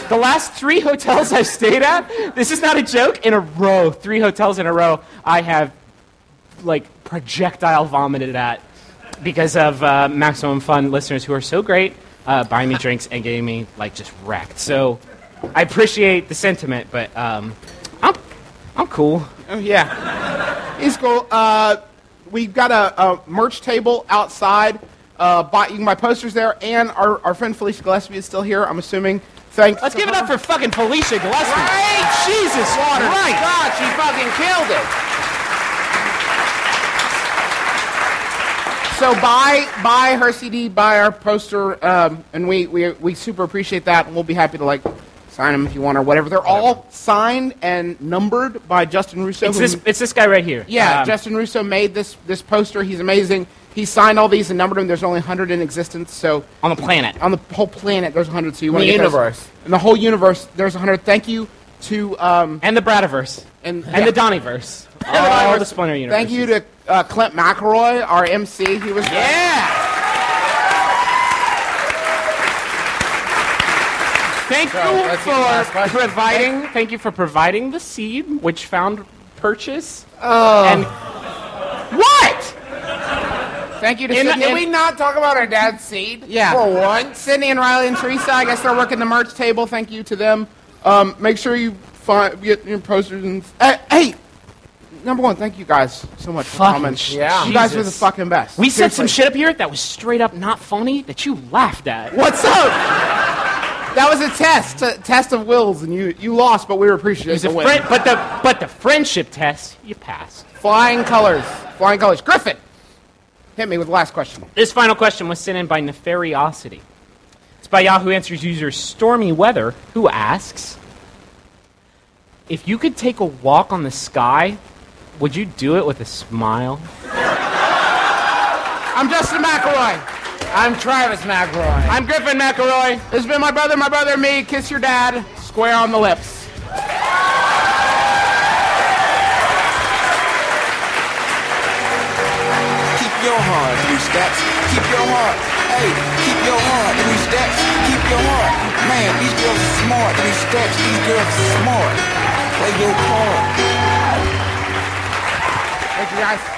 Speaker 4: the last three hotels I've stayed at, this is not a joke. In a row, three hotels in a row, I have like projectile vomited at because of uh, Maximum Fun listeners who are so great, uh, buying me drinks and getting me like just wrecked. So I appreciate the sentiment, but um, I'm I'm cool.
Speaker 5: Oh, yeah. He's cool. Uh, we've got a, a merch table outside. Uh, buy, you can buy posters there, and our, our friend Felicia Gillespie is still here, I'm assuming. Thanks.
Speaker 4: Let's
Speaker 5: to
Speaker 4: give it
Speaker 5: her.
Speaker 4: up for fucking Felicia Gillespie.
Speaker 6: Right?
Speaker 4: Jesus
Speaker 6: Right.
Speaker 4: Christ.
Speaker 6: God, she fucking killed it.
Speaker 5: So buy buy her CD, buy our poster, um, and we, we we super appreciate that, and we'll be happy to like sign them if you want or whatever. They're all signed and numbered by Justin Russo.
Speaker 4: It's
Speaker 5: who-
Speaker 4: this, it's this guy right here.
Speaker 5: yeah,
Speaker 4: Um,
Speaker 5: Justin Russo made this this poster. He's amazing. He signed all these and numbered them. There's only 100 in existence, so
Speaker 4: on the planet.
Speaker 5: on the whole planet there's 100. So you want
Speaker 6: the
Speaker 5: to
Speaker 6: universe.
Speaker 5: in the whole universe there's 100. Thank you to um
Speaker 4: And the Bradiverse.
Speaker 5: and
Speaker 4: And the Donnyverse. All the Splinter Universe.
Speaker 5: Oh. Thank you to uh, Clint McElroy, our MC. He was
Speaker 4: Yeah! Thank you
Speaker 6: let's see the last
Speaker 4: for
Speaker 6: question.
Speaker 4: providing. Thank you for providing the seed, which found purchase. Oh. And what?
Speaker 5: Thank you to
Speaker 4: In-
Speaker 5: Sydney.
Speaker 4: in-
Speaker 5: and-
Speaker 6: Did we not talk about our dad's seed?
Speaker 5: Yeah.
Speaker 6: For once?
Speaker 5: Sydney and Riley and Teresa, I guess they're working the merch table. Thank you to them. Um, make sure you find get your posters and. Hey, hey, number one, thank you guys so much for
Speaker 4: Fucking
Speaker 5: coming.
Speaker 4: sh-
Speaker 6: Yeah.
Speaker 5: You guys were the
Speaker 4: Jesus.
Speaker 5: fucking best.
Speaker 4: We said some
Speaker 5: Seriously.
Speaker 4: shit up here that was straight up not funny that you laughed at.
Speaker 5: What's up? that was a test, a test of wills, and you you lost, but we were appreciative.
Speaker 4: It was a
Speaker 5: of the win.
Speaker 4: friend, but the but the friendship test you passed.
Speaker 5: Flying colors, flying colors. Griffin, hit me with the last question.
Speaker 4: This final question was sent in by Nefariosity. It's by Yahoo Answers user Stormy Weather, who asks If you could take a walk on the sky, would you do it with a smile?
Speaker 5: I'm Justin McElroy.
Speaker 6: I'm Travis McElroy.
Speaker 5: I'm Griffin McElroy. This has been my brother, my brother, and me. Kiss your dad, square on the lips.
Speaker 7: Keep your heart three steps. Keep your heart. Hey, keep your heart three steps. Keep your heart. Man, these girls are smart. Three steps. These girls are smart. Play your card.
Speaker 5: Thank you guys.